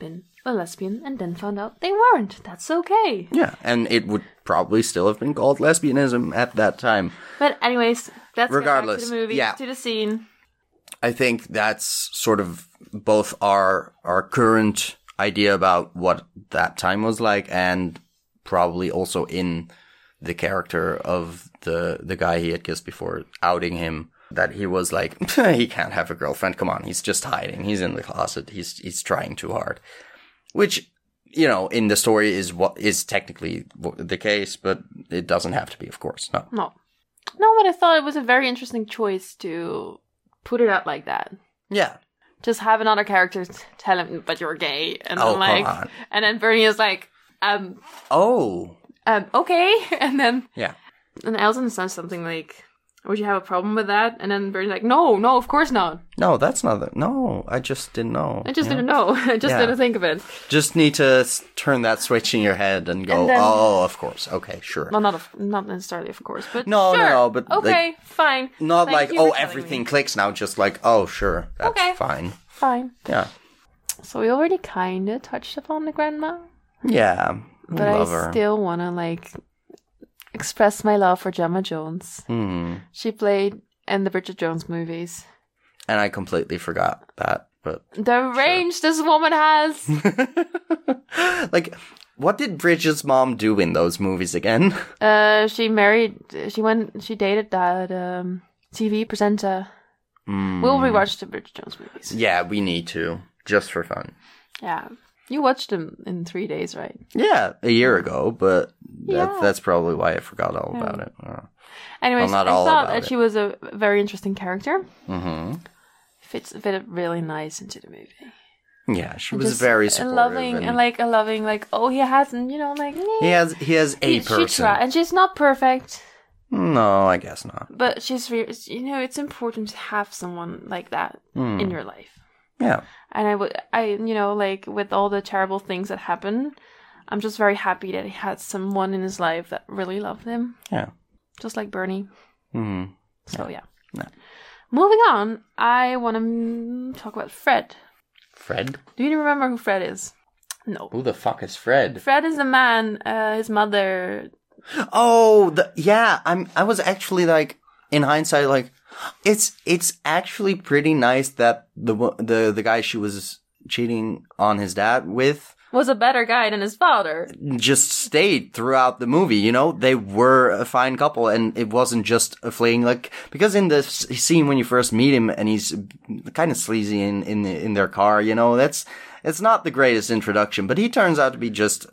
[SPEAKER 1] been a lesbian, and then found out they weren't. That's okay.
[SPEAKER 2] yeah, and it would probably still have been called lesbianism at that time.
[SPEAKER 1] But anyways, that's regardless.
[SPEAKER 2] Regardless,
[SPEAKER 1] to the movie,
[SPEAKER 2] yeah.
[SPEAKER 1] to the scene.
[SPEAKER 2] I think that's sort of both our our current idea about what that time was like, and probably also in the character of the the guy he had kissed before, outing him that he was like he can't have a girlfriend. Come on, he's just hiding. He's in the closet. He's he's trying too hard, which you know in the story is what is technically wh- the case, but it doesn't have to be, of course. No.
[SPEAKER 1] No, no, but I thought it was a very interesting choice to put it out like that.
[SPEAKER 2] Yeah.
[SPEAKER 1] Just have another character t- tell him, "But you're gay," and
[SPEAKER 2] Oh,
[SPEAKER 1] then
[SPEAKER 2] come
[SPEAKER 1] like,
[SPEAKER 2] on.
[SPEAKER 1] and then Bernie is like, um,
[SPEAKER 2] Oh.
[SPEAKER 1] um, okay, and then
[SPEAKER 2] Yeah.
[SPEAKER 1] And Elton says something like, "Would you have a problem with that?" And then Bernie's like, "No, no, of course not.
[SPEAKER 2] No, that's not. The, no, I just didn't know.
[SPEAKER 1] I just
[SPEAKER 2] you know?
[SPEAKER 1] didn't know. I just
[SPEAKER 2] Yeah.
[SPEAKER 1] didn't think of it.
[SPEAKER 2] Just need to s- turn that switch in your head and go.
[SPEAKER 1] And then-
[SPEAKER 2] oh, of course. Okay, sure.
[SPEAKER 1] Well, not of, not necessarily, of course, but
[SPEAKER 2] No, no,
[SPEAKER 1] sure.
[SPEAKER 2] no, but, like-
[SPEAKER 1] okay, fine.
[SPEAKER 2] Not
[SPEAKER 1] Thank
[SPEAKER 2] like
[SPEAKER 1] you for
[SPEAKER 2] oh,
[SPEAKER 1] telling
[SPEAKER 2] everything
[SPEAKER 1] me."
[SPEAKER 2] clicks now. Just like oh, sure, that's
[SPEAKER 1] Okay.
[SPEAKER 2] fine.
[SPEAKER 1] Fine.
[SPEAKER 2] Yeah,
[SPEAKER 1] So we already kind of touched upon the grandma,
[SPEAKER 2] yeah. We
[SPEAKER 1] but
[SPEAKER 2] love
[SPEAKER 1] I
[SPEAKER 2] her.
[SPEAKER 1] still want to like express my love for Gemma Jones.
[SPEAKER 2] Hmm.
[SPEAKER 1] She played in the Bridget Jones movies.
[SPEAKER 2] And I completely forgot that, but
[SPEAKER 1] The range this woman has.
[SPEAKER 2] like, what did Bridget's mom do in those movies again?
[SPEAKER 1] uh, she married. She went. She dated that um, TV presenter.
[SPEAKER 2] Hmm.
[SPEAKER 1] We'll rewatch the Bridget Jones movies. Yeah.
[SPEAKER 2] Yeah, we need to just for fun.
[SPEAKER 1] You watched them in three days, right?
[SPEAKER 2] Yeah, a year ago, but that,
[SPEAKER 1] Yeah.
[SPEAKER 2] that's probably why I forgot all
[SPEAKER 1] Yeah.
[SPEAKER 2] about it. Uh,
[SPEAKER 1] Anyways,
[SPEAKER 2] not
[SPEAKER 1] I
[SPEAKER 2] all
[SPEAKER 1] thought
[SPEAKER 2] about
[SPEAKER 1] that
[SPEAKER 2] it.
[SPEAKER 1] she was a very interesting character.
[SPEAKER 2] Mm-hmm.
[SPEAKER 1] Fits fit really nice into the movie.
[SPEAKER 2] Yeah, she
[SPEAKER 1] And
[SPEAKER 2] was
[SPEAKER 1] just
[SPEAKER 2] very
[SPEAKER 1] a
[SPEAKER 2] supportive.
[SPEAKER 1] loving
[SPEAKER 2] and
[SPEAKER 1] and like a loving, like oh he hasn't, you know, like
[SPEAKER 2] he
[SPEAKER 1] yeah.
[SPEAKER 2] has he has a person.
[SPEAKER 1] She try, and she's not perfect,
[SPEAKER 2] No, I guess not.
[SPEAKER 1] but she's re- you know it's important to have someone like that
[SPEAKER 2] Hmm.
[SPEAKER 1] in your life.
[SPEAKER 2] yeah,
[SPEAKER 1] And I would I you know like with all the terrible things that happen, I'm just very happy that he had someone in his life that really loved him,
[SPEAKER 2] yeah.
[SPEAKER 1] just like Bernie.
[SPEAKER 2] hmm
[SPEAKER 1] So yeah.
[SPEAKER 2] No.
[SPEAKER 1] Moving on, I want to talk about Fred.
[SPEAKER 2] Fred,
[SPEAKER 1] Do you remember who Fred is? No.
[SPEAKER 2] who the fuck is Fred?
[SPEAKER 1] Fred is the man. Uh, his mother.
[SPEAKER 2] Oh, the, yeah. I'm. I was actually like, in hindsight, like, it's it's actually pretty nice that the wo- the the guy she was cheating on his dad with
[SPEAKER 1] was a better guy than his father.
[SPEAKER 2] just stayed throughout the movie. You know, they were a fine couple, and it wasn't just a fling. Like because in the s- scene when you first meet him, and he's kind of sleazy in in the, in their car. You know, that's it's not the greatest introduction, but he turns out to be just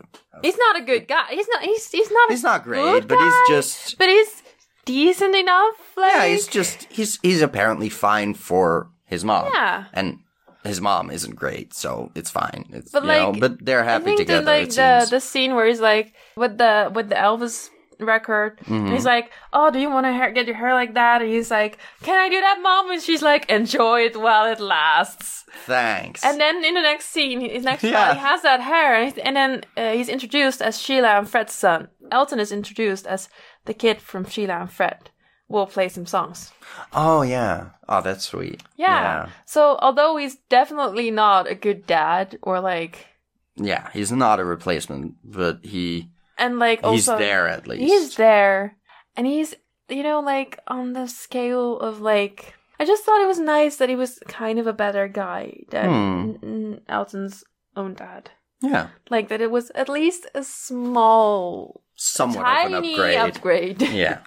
[SPEAKER 1] He's not a good guy. He's not. He's he's not.
[SPEAKER 2] He's
[SPEAKER 1] a
[SPEAKER 2] not great,
[SPEAKER 1] good
[SPEAKER 2] but he's
[SPEAKER 1] guy,
[SPEAKER 2] just
[SPEAKER 1] But he's decent enough. Like,
[SPEAKER 2] yeah, he's just he's he's apparently fine for his mom.
[SPEAKER 1] Yeah.
[SPEAKER 2] and his mom isn't great, so it's fine. It's,
[SPEAKER 1] But,
[SPEAKER 2] you know,
[SPEAKER 1] like,
[SPEAKER 2] but they're
[SPEAKER 1] I
[SPEAKER 2] happy
[SPEAKER 1] think
[SPEAKER 2] together.
[SPEAKER 1] the like
[SPEAKER 2] it
[SPEAKER 1] the
[SPEAKER 2] seems.
[SPEAKER 1] the scene where he's like with the with the Elvis record and
[SPEAKER 2] Mm-hmm.
[SPEAKER 1] he's like oh do you want to hair, get your hair like that and he's like can i do that mom and she's like enjoy it while it lasts
[SPEAKER 2] Thanks.
[SPEAKER 1] And then in the next scene, his next
[SPEAKER 2] Yeah.
[SPEAKER 1] shot, he has that hair, and, he's- and then uh, he's introduced as Sheila and Fred's son. Elton is introduced as the kid from Sheila and Fred. Will play some songs.
[SPEAKER 2] oh yeah. Oh, that's sweet.
[SPEAKER 1] Yeah. So although he's definitely not a good dad, or like,
[SPEAKER 2] yeah. Yeah, He's not a replacement, but he
[SPEAKER 1] and like
[SPEAKER 2] he's
[SPEAKER 1] also
[SPEAKER 2] there at least.
[SPEAKER 1] he's there, and he's you know like on the scale of like. I just thought it was nice that he was kind of a better guy than
[SPEAKER 2] Hmm.
[SPEAKER 1] N- N- Elton's own dad.
[SPEAKER 2] Yeah.
[SPEAKER 1] like that it was at least a small
[SPEAKER 2] Somewhat of an
[SPEAKER 1] tiny
[SPEAKER 2] upgrade. yeah.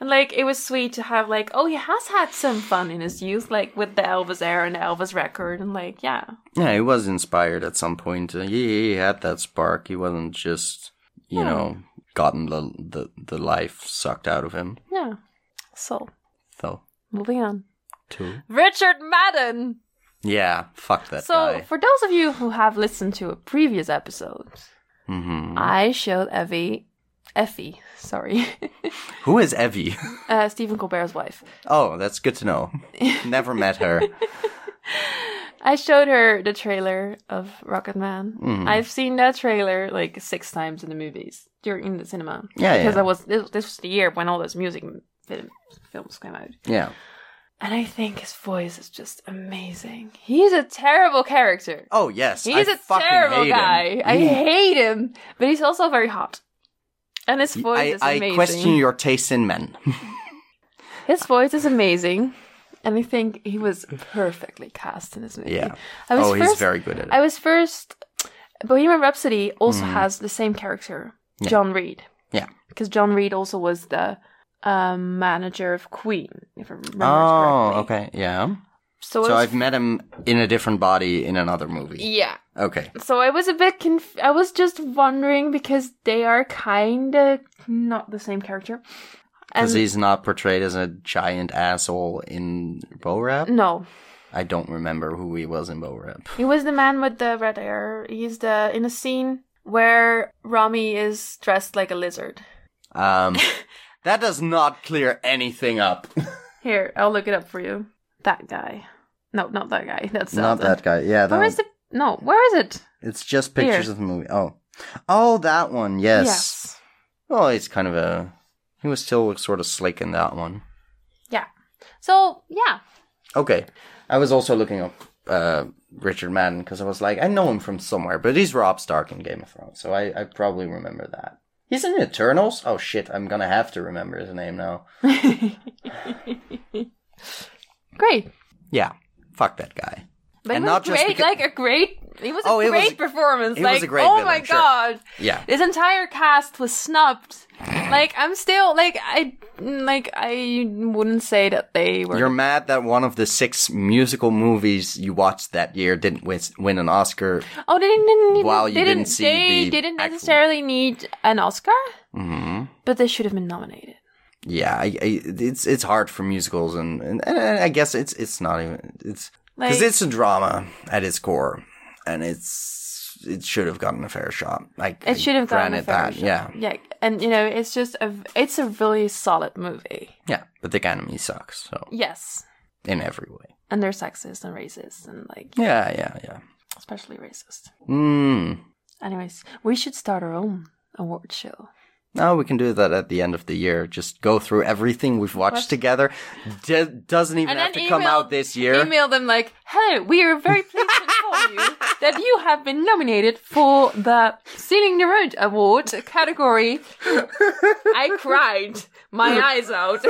[SPEAKER 1] and like it was sweet to have like oh he has had some fun in his youth like with the elvis era and the elvis record and like yeah
[SPEAKER 2] Yeah, he was inspired at some point. Uh, He, he had that spark. He wasn't just, you
[SPEAKER 1] Yeah.
[SPEAKER 2] know, gotten the, the the life sucked out of him.
[SPEAKER 1] yeah so
[SPEAKER 2] So,
[SPEAKER 1] moving on
[SPEAKER 2] too.
[SPEAKER 1] richard madden
[SPEAKER 2] Yeah, fuck that
[SPEAKER 1] so
[SPEAKER 2] guy.
[SPEAKER 1] for those of you who have listened to a previous episode
[SPEAKER 2] hmm
[SPEAKER 1] i showed evie effie sorry
[SPEAKER 2] Who is Evie?
[SPEAKER 1] uh, stephen colbert's wife
[SPEAKER 2] oh, that's good to know. Never met her.
[SPEAKER 1] I showed her the trailer of Rocket Man.
[SPEAKER 2] Mhm.
[SPEAKER 1] I've seen that trailer like six times in the movies during in the cinema.
[SPEAKER 2] Yeah,
[SPEAKER 1] because
[SPEAKER 2] yeah.
[SPEAKER 1] I was this, this was the year when all those music film, films came out,
[SPEAKER 2] Yeah.
[SPEAKER 1] and I think his voice is just amazing. He's a terrible character.
[SPEAKER 2] Oh yes,
[SPEAKER 1] He's
[SPEAKER 2] I
[SPEAKER 1] a
[SPEAKER 2] fucking
[SPEAKER 1] terrible
[SPEAKER 2] hate
[SPEAKER 1] guy.
[SPEAKER 2] Him. Mm.
[SPEAKER 1] I
[SPEAKER 2] He-
[SPEAKER 1] hate him, but he's also very hot, and his voice
[SPEAKER 2] I,
[SPEAKER 1] is amazing.
[SPEAKER 2] I question your taste in men.
[SPEAKER 1] His voice is amazing, and I think he was perfectly cast in this movie.
[SPEAKER 2] Yeah.
[SPEAKER 1] I was
[SPEAKER 2] oh, he's
[SPEAKER 1] first-
[SPEAKER 2] very good at it.
[SPEAKER 1] I was first. Bohemian Rhapsody also has the same character,
[SPEAKER 2] Yeah.
[SPEAKER 1] John Reed.
[SPEAKER 2] Yeah.
[SPEAKER 1] Because John Reed also was the um, manager of Queen, if I remember
[SPEAKER 2] oh,
[SPEAKER 1] correctly.
[SPEAKER 2] okay, yeah.
[SPEAKER 1] So,
[SPEAKER 2] So
[SPEAKER 1] it was,
[SPEAKER 2] I've met him in a different body in another movie.
[SPEAKER 1] yeah.
[SPEAKER 2] Okay.
[SPEAKER 1] So I was a bit conf- I was just wondering because they are kind of not the same character.
[SPEAKER 2] Because he's not portrayed as a giant asshole in Bo Rap.
[SPEAKER 1] No,
[SPEAKER 2] I don't remember who he was in Bo Rap.
[SPEAKER 1] He was the man with the red hair. He's the in a scene where Rami is dressed like a lizard.
[SPEAKER 2] Um, that does not clear anything up.
[SPEAKER 1] Here, I'll look it up for you. That guy. No, not that guy. That's
[SPEAKER 2] not
[SPEAKER 1] Elton.
[SPEAKER 2] that guy. Yeah, that
[SPEAKER 1] Where
[SPEAKER 2] one.
[SPEAKER 1] is the no? Where is it?
[SPEAKER 2] it's just
[SPEAKER 1] Here.
[SPEAKER 2] pictures of the movie. Oh, oh, that one. Yes. Well, he's kind of a. He was still sort of slick in that one.
[SPEAKER 1] Yeah. So yeah,
[SPEAKER 2] Okay, I was also looking up uh, Richard Madden because I was like, I know him from somewhere, but he's Rob Stark in Game of Thrones, so I, I probably remember that. He's in Eternals. Oh shit, I'm gonna have to remember his name now.
[SPEAKER 1] great.
[SPEAKER 2] Yeah, fuck that guy.
[SPEAKER 1] But
[SPEAKER 2] And
[SPEAKER 1] it was
[SPEAKER 2] not
[SPEAKER 1] great,
[SPEAKER 2] just beca-
[SPEAKER 1] like a great. It was a
[SPEAKER 2] Oh, it was-
[SPEAKER 1] great performance.
[SPEAKER 2] it was
[SPEAKER 1] like,
[SPEAKER 2] a great
[SPEAKER 1] oh
[SPEAKER 2] villain,
[SPEAKER 1] my
[SPEAKER 2] sure.
[SPEAKER 1] god,
[SPEAKER 2] Yeah,
[SPEAKER 1] this entire cast was snubbed. like I'm still like I like I wouldn't say that they were.
[SPEAKER 2] you're mad that one of the six musical movies you watched that year didn't wis- win an Oscar.
[SPEAKER 1] oh, they didn't. didn't even-
[SPEAKER 2] Wow, you
[SPEAKER 1] they
[SPEAKER 2] didn't
[SPEAKER 1] didn't
[SPEAKER 2] see
[SPEAKER 1] they
[SPEAKER 2] the
[SPEAKER 1] didn't
[SPEAKER 2] actual-
[SPEAKER 1] necessarily need an Oscar,
[SPEAKER 2] hmm
[SPEAKER 1] but they should have been nominated.
[SPEAKER 2] Yeah, I, I, it's it's hard for musicals, and, and, and I guess it's it's not even it's
[SPEAKER 1] Like,
[SPEAKER 2] because it's a drama at its core, and it's it should have gotten a fair shot. Like
[SPEAKER 1] It should have gotten a
[SPEAKER 2] granted
[SPEAKER 1] fair
[SPEAKER 2] that,
[SPEAKER 1] shot.
[SPEAKER 2] yeah,
[SPEAKER 1] yeah, and you know, it's just a it's a really solid movie.
[SPEAKER 2] yeah. But the Academy sucks, so
[SPEAKER 1] Yes,
[SPEAKER 2] in every way.
[SPEAKER 1] and they're sexist and racist and like
[SPEAKER 2] Yeah, yeah, yeah.
[SPEAKER 1] especially racist.
[SPEAKER 2] Mm.
[SPEAKER 1] Anyways, we should start our own award show.
[SPEAKER 2] Now we can do that at the end of the year. Just go through everything we've watched
[SPEAKER 1] What?
[SPEAKER 2] together. D- doesn't even
[SPEAKER 1] And
[SPEAKER 2] have to
[SPEAKER 1] then
[SPEAKER 2] come
[SPEAKER 1] email-
[SPEAKER 2] out this year.
[SPEAKER 1] Email them like, "Hello, we are very pleased to inform you that you have been nominated for the Sealing the Road Award category." I cried my eyes out.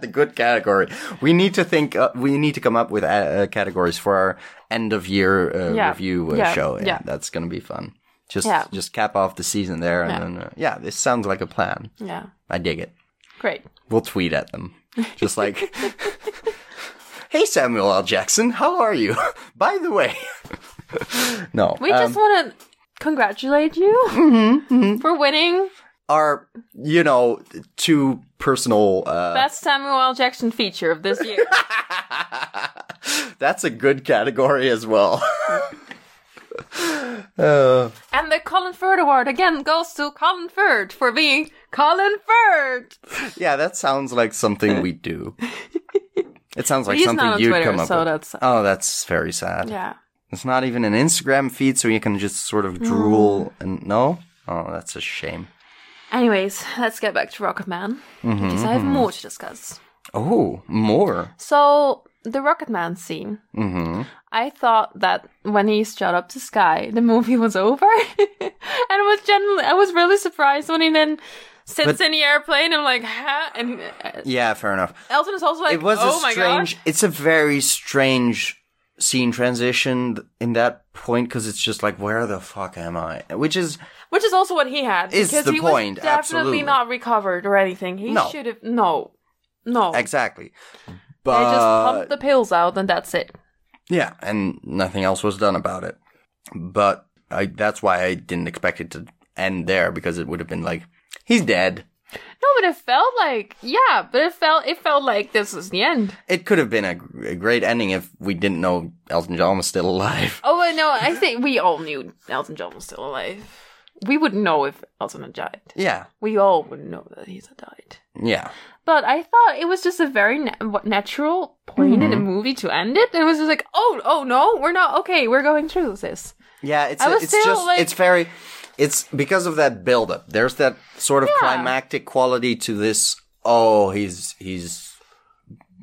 [SPEAKER 2] the good category. We need to think. Uh, we need to come up with uh, uh, categories for our end of year uh,
[SPEAKER 1] Yeah.
[SPEAKER 2] review uh,
[SPEAKER 1] Yeah.
[SPEAKER 2] show.
[SPEAKER 1] Yeah.
[SPEAKER 2] that's gonna be fun. Just
[SPEAKER 1] Yeah.
[SPEAKER 2] just cap off the season there, and
[SPEAKER 1] Yeah.
[SPEAKER 2] then uh, yeah, this sounds like a plan.
[SPEAKER 1] yeah,
[SPEAKER 2] I dig it.
[SPEAKER 1] great.
[SPEAKER 2] We'll tweet at them, just like. Hey Samuel L. Jackson, how are you? By the way, no,
[SPEAKER 1] We
[SPEAKER 2] um,
[SPEAKER 1] just want to congratulate you
[SPEAKER 2] Mm-hmm, mm-hmm.
[SPEAKER 1] for winning
[SPEAKER 2] Our, you know, two personal. Uh,
[SPEAKER 1] Best Samuel L. Jackson feature of this year.
[SPEAKER 2] that's a good category as well. uh,
[SPEAKER 1] and the Colin Firth Award again goes to Colin Firth for being Colin Firth.
[SPEAKER 2] yeah, that sounds like something we do. It sounds like
[SPEAKER 1] He's
[SPEAKER 2] something
[SPEAKER 1] not on
[SPEAKER 2] you'd
[SPEAKER 1] Twitter,
[SPEAKER 2] come up
[SPEAKER 1] so
[SPEAKER 2] with.
[SPEAKER 1] that's
[SPEAKER 2] Oh, that's very sad.
[SPEAKER 1] yeah.
[SPEAKER 2] It's not even an Instagram feed, so you can just sort of drool and no. Oh, that's a shame.
[SPEAKER 1] Anyways, let's get back to Rocket Man
[SPEAKER 2] Mm-hmm,
[SPEAKER 1] because I have more to discuss.
[SPEAKER 2] Oh, more.
[SPEAKER 1] So the Rocket Man scene.
[SPEAKER 2] Mm-hmm.
[SPEAKER 1] I thought that when he shot up the sky, the movie was over, and was generally I was really surprised when he then sits
[SPEAKER 2] But-
[SPEAKER 1] in the airplane and like, huh? And uh,
[SPEAKER 2] Yeah, fair enough.
[SPEAKER 1] Elton is also like,
[SPEAKER 2] It was
[SPEAKER 1] oh
[SPEAKER 2] a
[SPEAKER 1] my
[SPEAKER 2] strange.
[SPEAKER 1] gosh.
[SPEAKER 2] It's a very strange scene transition th- in that point because it's just like, where the fuck am I? Which is
[SPEAKER 1] Which is also what he had.
[SPEAKER 2] It's
[SPEAKER 1] because
[SPEAKER 2] the
[SPEAKER 1] he
[SPEAKER 2] point,
[SPEAKER 1] was definitely
[SPEAKER 2] absolutely.
[SPEAKER 1] not recovered or anything. He
[SPEAKER 2] No.
[SPEAKER 1] should have no, no.
[SPEAKER 2] exactly.
[SPEAKER 1] They
[SPEAKER 2] But
[SPEAKER 1] just pumped the pills out and that's it.
[SPEAKER 2] yeah, and nothing else was done about it. But I, that's why I didn't expect it to end there because it would have been like, he's dead.
[SPEAKER 1] No, but it felt like yeah, but it felt it felt like this is the end.
[SPEAKER 2] It could have been a, a great ending if we didn't know Elton John was still alive.
[SPEAKER 1] Oh wait, no, I think we all knew Elton John was still alive. We wouldn't know if Elton had died.
[SPEAKER 2] Yeah,
[SPEAKER 1] We all would know that he's had died.
[SPEAKER 2] yeah.
[SPEAKER 1] But I thought it was just a very na- what- natural point in the movie to end it. And it was just like, oh, oh no, we're not okay. We're going through this.
[SPEAKER 2] Yeah, it's
[SPEAKER 1] I was
[SPEAKER 2] it's
[SPEAKER 1] still,
[SPEAKER 2] just
[SPEAKER 1] like-
[SPEAKER 2] it's very it's because of that build up. There's that sort of climactic quality to this oh he's he's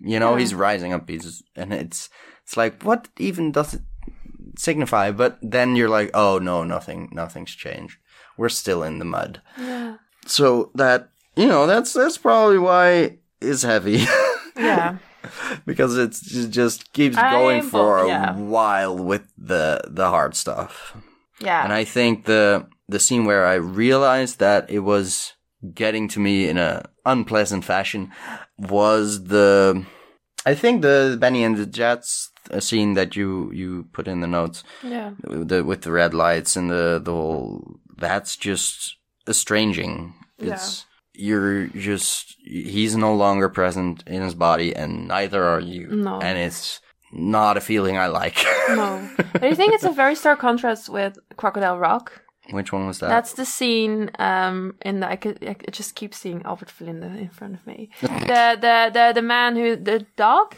[SPEAKER 2] you know, he's rising up, he's and it's it's like what even does it signify? But then you're like, oh no, nothing nothing's changed. We're still in the mud.
[SPEAKER 1] Yeah.
[SPEAKER 2] So that you know, that's that's probably why it's heavy.
[SPEAKER 1] Yeah.
[SPEAKER 2] because it's, it just keeps
[SPEAKER 1] I
[SPEAKER 2] going
[SPEAKER 1] am-
[SPEAKER 2] for a
[SPEAKER 1] yeah.
[SPEAKER 2] while with the the hard stuff.
[SPEAKER 1] Yeah.
[SPEAKER 2] And I think the the scene where I realized that it was getting to me in a unpleasant fashion was the I think the Benny and the Jets uh, scene that you you put in the notes
[SPEAKER 1] yeah.
[SPEAKER 2] the, with the red lights and the the whole that's just estranging. It's you're just he's no longer present in his body and neither are you.
[SPEAKER 1] No.
[SPEAKER 2] And it's not a feeling I like.
[SPEAKER 1] No. But I think it's a very stark contrast with Crocodile Rock.
[SPEAKER 2] Which one was that?
[SPEAKER 1] That's the scene um in the I could I could just keep seeing Albert Verlinde in front of me. the, the the the man who the dog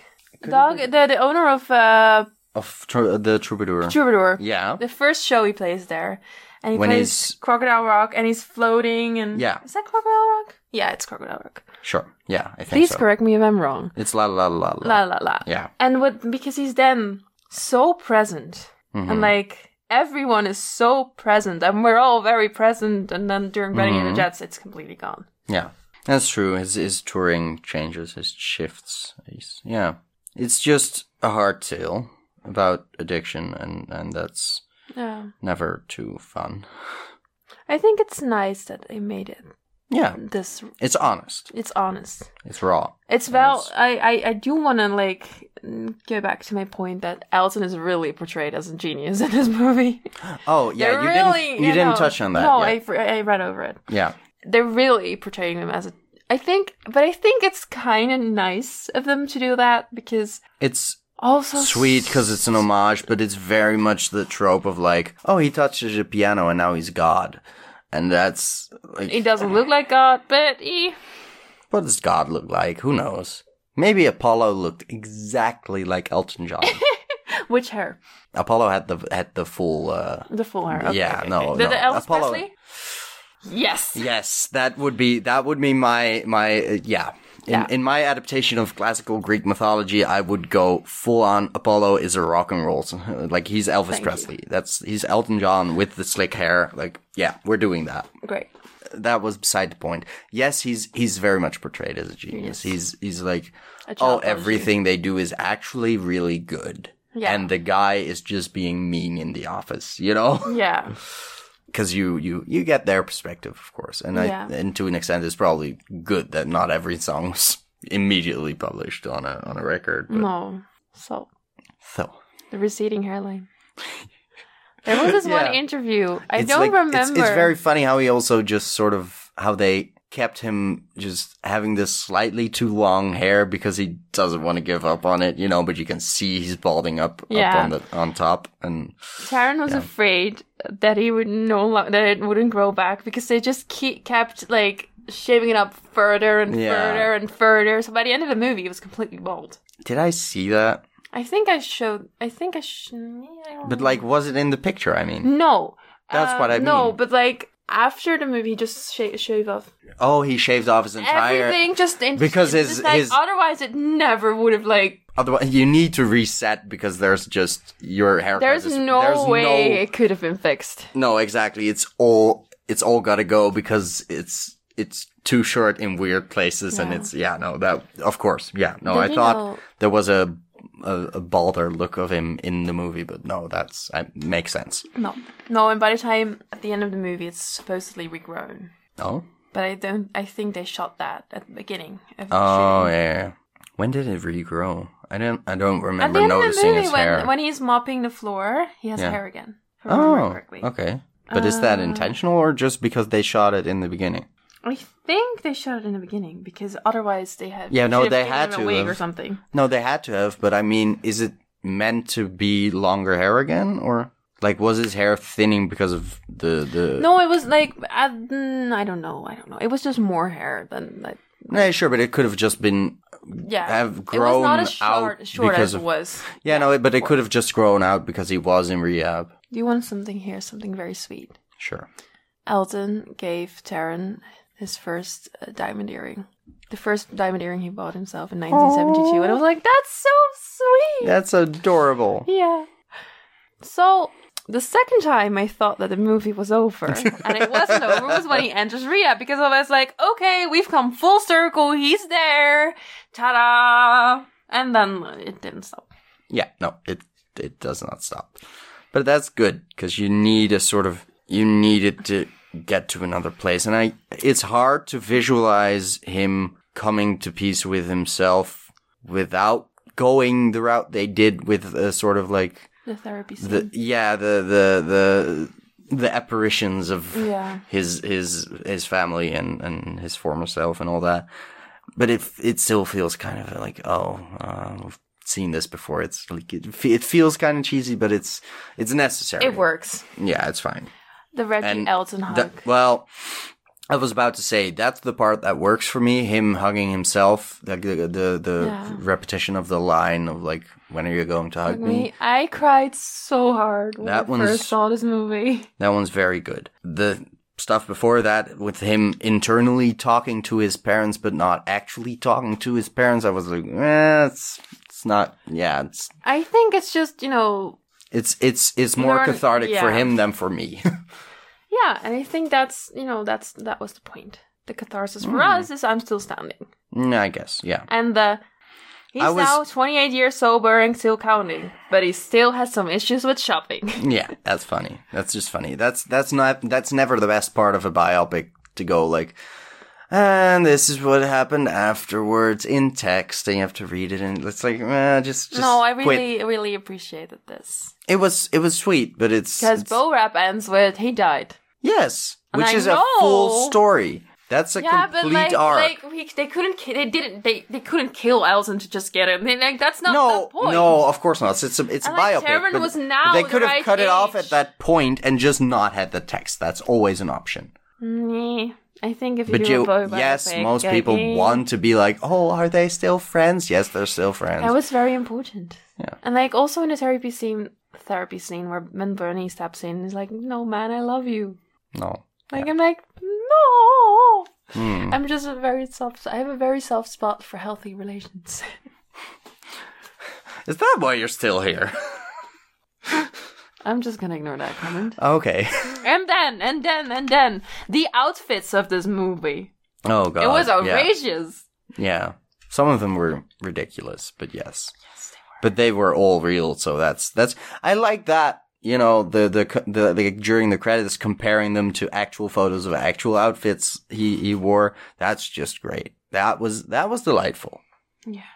[SPEAKER 1] dog the, the owner of uh
[SPEAKER 2] of tr- the troubadour.
[SPEAKER 1] Troubadour.
[SPEAKER 2] yeah.
[SPEAKER 1] The first show he plays there. And he
[SPEAKER 2] When
[SPEAKER 1] plays
[SPEAKER 2] he's-
[SPEAKER 1] Crocodile Rock and he's floating and
[SPEAKER 2] Yeah.
[SPEAKER 1] Is that Crocodile Rock? Yeah, it's Crocodile Rock.
[SPEAKER 2] Sure. Yeah, I think
[SPEAKER 1] Please
[SPEAKER 2] so.
[SPEAKER 1] correct me if I'm wrong.
[SPEAKER 2] It's la la la la.
[SPEAKER 1] La la la.
[SPEAKER 2] Yeah.
[SPEAKER 1] And what because he's then so present.
[SPEAKER 2] Mm-hmm.
[SPEAKER 1] And like everyone is so present and we're all very present and then during Benny
[SPEAKER 2] Mm-hmm.
[SPEAKER 1] and the Jets it's completely gone.
[SPEAKER 2] Yeah. That's true. His his touring changes, his shifts. He's, yeah. It's just a hard tale about addiction and and that's
[SPEAKER 1] Yeah.
[SPEAKER 2] never too fun.
[SPEAKER 1] I think it's nice that they made it
[SPEAKER 2] Yeah.
[SPEAKER 1] this
[SPEAKER 2] It's honest.
[SPEAKER 1] it's honest.
[SPEAKER 2] It's raw.
[SPEAKER 1] It's well I, I, I do wanna like mm, go back to my point that Elton is really portrayed as a genius in this movie.
[SPEAKER 2] Oh, yeah,
[SPEAKER 1] They're
[SPEAKER 2] you
[SPEAKER 1] really,
[SPEAKER 2] didn't you didn't
[SPEAKER 1] know-
[SPEAKER 2] touch on that.
[SPEAKER 1] No,
[SPEAKER 2] yet.
[SPEAKER 1] I I read over it.
[SPEAKER 2] Yeah.
[SPEAKER 1] they're really portraying them as a I think but I think it's kind of nice of them to do that because
[SPEAKER 2] It's
[SPEAKER 1] also
[SPEAKER 2] sweet because it's an homage, but it's very much the trope of like, oh, he touches a piano and now he's God. And that's like
[SPEAKER 1] he doesn't look like God, but he
[SPEAKER 2] What does God look like? Who knows? Maybe Apollo looked exactly like Elton John.
[SPEAKER 1] which hair?
[SPEAKER 2] Apollo had the had the full. Uh,
[SPEAKER 1] The full hair. Okay,
[SPEAKER 2] Yeah,
[SPEAKER 1] okay,
[SPEAKER 2] no,
[SPEAKER 1] okay. The,
[SPEAKER 2] no.
[SPEAKER 1] the Elvis
[SPEAKER 2] Apollo-
[SPEAKER 1] Presley? Yes.
[SPEAKER 2] yes, that would be that would be my my uh, yeah. In,
[SPEAKER 1] Yeah.
[SPEAKER 2] in my adaptation of classical Greek mythology, I would go full on. Apollo is a rock and roll, like he's Elvis
[SPEAKER 1] you.
[SPEAKER 2] Presley. That's he's Elton John with the slick hair. Like, yeah, we're doing that.
[SPEAKER 1] Great.
[SPEAKER 2] that was beside the point. Yes, he's he's very much portrayed as a genius. He's he's like
[SPEAKER 1] A child
[SPEAKER 2] oh,
[SPEAKER 1] prodigy.
[SPEAKER 2] everything they do is actually really good.
[SPEAKER 1] Yeah.
[SPEAKER 2] And the guy is just being mean in the office, you know?
[SPEAKER 1] Yeah.
[SPEAKER 2] Cuz you you you get their perspective, of course. And
[SPEAKER 1] Yeah.
[SPEAKER 2] I and to an extent it's probably good that not every song was immediately published on a on a
[SPEAKER 1] Mm.
[SPEAKER 2] record. But,
[SPEAKER 1] No. So
[SPEAKER 2] So,
[SPEAKER 1] the receding hairline. There was this
[SPEAKER 2] Yeah.
[SPEAKER 1] one interview. I
[SPEAKER 2] It's
[SPEAKER 1] don't
[SPEAKER 2] like-
[SPEAKER 1] remember.
[SPEAKER 2] It's, it's very funny how he also just sort of how they kept him just having this slightly too long hair because he doesn't want to give up on it, you know. But you can see he's balding up, up
[SPEAKER 1] Yeah.
[SPEAKER 2] on the on top, and
[SPEAKER 1] Taryn was afraid that he would no lo- that it wouldn't grow back because they just ke- kept like shaving it up further and
[SPEAKER 2] Yeah.
[SPEAKER 1] further and further. So by the end of the movie, it was completely bald.
[SPEAKER 2] did I see that?
[SPEAKER 1] I think I showed. I think I. Sh- I don't
[SPEAKER 2] But like, was it in the picture? I mean,
[SPEAKER 1] No. Uh,
[SPEAKER 2] That's what I
[SPEAKER 1] No,
[SPEAKER 2] mean.
[SPEAKER 1] but like after the movie, he just sh- shave off
[SPEAKER 2] oh, he shaved off his entire.
[SPEAKER 1] everything. Just in-
[SPEAKER 2] Because
[SPEAKER 1] it's
[SPEAKER 2] his-
[SPEAKER 1] just like,
[SPEAKER 2] his-
[SPEAKER 1] otherwise it never would have like.
[SPEAKER 2] Otherwise, you need to reset because there's just your haircut.
[SPEAKER 1] There's
[SPEAKER 2] is-
[SPEAKER 1] no
[SPEAKER 2] there's
[SPEAKER 1] way
[SPEAKER 2] no-
[SPEAKER 1] it could have been fixed.
[SPEAKER 2] No, exactly. It's all it's all gotta go because it's it's too short in weird places, and
[SPEAKER 1] Yeah.
[SPEAKER 2] it's yeah, no, that of course, yeah, no.
[SPEAKER 1] Did
[SPEAKER 2] I
[SPEAKER 1] you
[SPEAKER 2] thought
[SPEAKER 1] know-
[SPEAKER 2] there was a, a a balder look of him in the movie, but no, that's I, makes sense.
[SPEAKER 1] No, no. And by the time at the end of the movie, it's supposedly regrown.
[SPEAKER 2] No,
[SPEAKER 1] But I don't. I think they shot that at the beginning. Of the
[SPEAKER 2] oh
[SPEAKER 1] shooting.
[SPEAKER 2] yeah, yeah. When did it regrow? I don't I don't
[SPEAKER 1] At the
[SPEAKER 2] remember
[SPEAKER 1] end of the
[SPEAKER 2] noticing
[SPEAKER 1] movie,
[SPEAKER 2] his
[SPEAKER 1] when
[SPEAKER 2] hair.
[SPEAKER 1] when he's mopping the floor, he has
[SPEAKER 2] Yeah.
[SPEAKER 1] hair again. if I remember
[SPEAKER 2] oh,
[SPEAKER 1] correctly.
[SPEAKER 2] okay. But is
[SPEAKER 1] Uh,
[SPEAKER 2] that intentional or just because they shot it in the beginning?
[SPEAKER 1] I think they shot it in the beginning because otherwise they had
[SPEAKER 2] Yeah, no,
[SPEAKER 1] should have
[SPEAKER 2] they
[SPEAKER 1] given
[SPEAKER 2] had
[SPEAKER 1] him
[SPEAKER 2] to
[SPEAKER 1] a wig
[SPEAKER 2] have.
[SPEAKER 1] or something.
[SPEAKER 2] No, they had to have, but I mean, is it meant to be longer hair again, or like was his hair thinning because of the the?
[SPEAKER 1] No, it was like I, mm, I don't know, I don't know. It was just more hair than like
[SPEAKER 2] Nah, sure, but it could have just been
[SPEAKER 1] yeah.
[SPEAKER 2] Have
[SPEAKER 1] it was
[SPEAKER 2] grown
[SPEAKER 1] not as short,
[SPEAKER 2] out
[SPEAKER 1] short
[SPEAKER 2] because
[SPEAKER 1] as
[SPEAKER 2] of-
[SPEAKER 1] it was.
[SPEAKER 2] yeah, no, but it could have just grown out because he was in rehab.
[SPEAKER 1] Do you want something here? Something very sweet.
[SPEAKER 2] Sure.
[SPEAKER 1] Elton gave Taryn his first uh, diamond earring. The first diamond earring he bought himself in 1972. And I was like, that's so sweet.
[SPEAKER 2] That's adorable.
[SPEAKER 1] Yeah. So the second time I thought that the movie was over, and it wasn't over, was when he enters Rhea because I was like, okay, we've come full circle. He's there. Ta da. And then it didn't stop.
[SPEAKER 2] Yeah, no, it it does not stop, but that's good because you need a sort of you need it to get to another place, and I it's hard to visualize him coming to peace with himself without going the route they did with a sort of like
[SPEAKER 1] The therapy scene.
[SPEAKER 2] the yeah the the the the apparitions of
[SPEAKER 1] Yeah.
[SPEAKER 2] his his his family and and his former self and all that but it it still feels kind of like oh uh, we've seen this before it's like it, fe- it feels kind of cheesy but it's it's necessary
[SPEAKER 1] it works.
[SPEAKER 2] yeah it's fine
[SPEAKER 1] The Reggie
[SPEAKER 2] And
[SPEAKER 1] Elton hug.
[SPEAKER 2] That- well I was about to say that's the part that works for me. Him hugging himself, like the the, the,
[SPEAKER 1] Yeah.
[SPEAKER 2] repetition of the line of like, "When are you going to hug me?"
[SPEAKER 1] Me, I cried so hard when
[SPEAKER 2] That
[SPEAKER 1] I
[SPEAKER 2] one's-
[SPEAKER 1] first saw this movie.
[SPEAKER 2] That one's very good. The stuff before that with him internally talking to his parents but not actually talking to his parents, I was like, eh, it's it's not yeah, it's
[SPEAKER 1] I think it's just you know,
[SPEAKER 2] it's it's it's more
[SPEAKER 1] Learn-
[SPEAKER 2] cathartic for
[SPEAKER 1] yeah.
[SPEAKER 2] him than for me.
[SPEAKER 1] yeah, and I think that's you know that's that was the point. The catharsis for us is I'm still standing,
[SPEAKER 2] Mm, I guess, yeah.
[SPEAKER 1] and the he's
[SPEAKER 2] I was-
[SPEAKER 1] now 28 years sober and still counting, but he still has some issues with shopping.
[SPEAKER 2] Yeah, that's funny. That's just funny. That's that's not that's never the best part of a biopic to go like and this is what happened afterwards in text and you have to read it and it's like eh, just, just
[SPEAKER 1] no, I
[SPEAKER 2] quit.
[SPEAKER 1] really really appreciated this
[SPEAKER 2] it was it was sweet but it's
[SPEAKER 1] because
[SPEAKER 2] it's-
[SPEAKER 1] Bo Rap ends with he died.
[SPEAKER 2] Yes,
[SPEAKER 1] And
[SPEAKER 2] which
[SPEAKER 1] I
[SPEAKER 2] is a
[SPEAKER 1] know-
[SPEAKER 2] full story. That's a
[SPEAKER 1] Yeah, but
[SPEAKER 2] complete
[SPEAKER 1] like,
[SPEAKER 2] arc.
[SPEAKER 1] like we, they couldn't, ki- they didn't, they, they couldn't kill Elton to just get him. They, like that's not
[SPEAKER 2] no,
[SPEAKER 1] the point.
[SPEAKER 2] no, of course not. It's- It's a it's
[SPEAKER 1] And,
[SPEAKER 2] a
[SPEAKER 1] like,
[SPEAKER 2] biopic.
[SPEAKER 1] Taryn
[SPEAKER 2] but
[SPEAKER 1] was now
[SPEAKER 2] they
[SPEAKER 1] the
[SPEAKER 2] could have
[SPEAKER 1] right
[SPEAKER 2] cut it off
[SPEAKER 1] age.
[SPEAKER 2] at that point and just not had the text. That's always an option.
[SPEAKER 1] Nah, I think if you
[SPEAKER 2] But
[SPEAKER 1] do
[SPEAKER 2] you,
[SPEAKER 1] a Boba
[SPEAKER 2] yes,
[SPEAKER 1] Fett
[SPEAKER 2] most people
[SPEAKER 1] game-
[SPEAKER 2] want to be like, oh, are they still friends? Yes, they're still friends.
[SPEAKER 1] That was very important.
[SPEAKER 2] Yeah.
[SPEAKER 1] and like also in the therapy scene, therapy scene where when Bernie steps in, he's like, "No, man, I love you."
[SPEAKER 2] no,
[SPEAKER 1] Like I'm like, no.
[SPEAKER 2] Hmm.
[SPEAKER 1] I'm just a very soft. I have a very soft spot for healthy relations.
[SPEAKER 2] is that why you're still here?
[SPEAKER 1] I'm just gonna ignore that comment.
[SPEAKER 2] okay.
[SPEAKER 1] And then, and then, and then, the outfits of this movie.
[SPEAKER 2] Oh god,
[SPEAKER 1] it was
[SPEAKER 2] yeah.
[SPEAKER 1] outrageous.
[SPEAKER 2] Yeah. Some of them were ridiculous, but yes. But they were all real, so that's that's I like that, you know, the the co- the, the during the credits comparing them to actual photos of actual outfits he he wore. That's just great. That was that was delightful.
[SPEAKER 1] Yeah.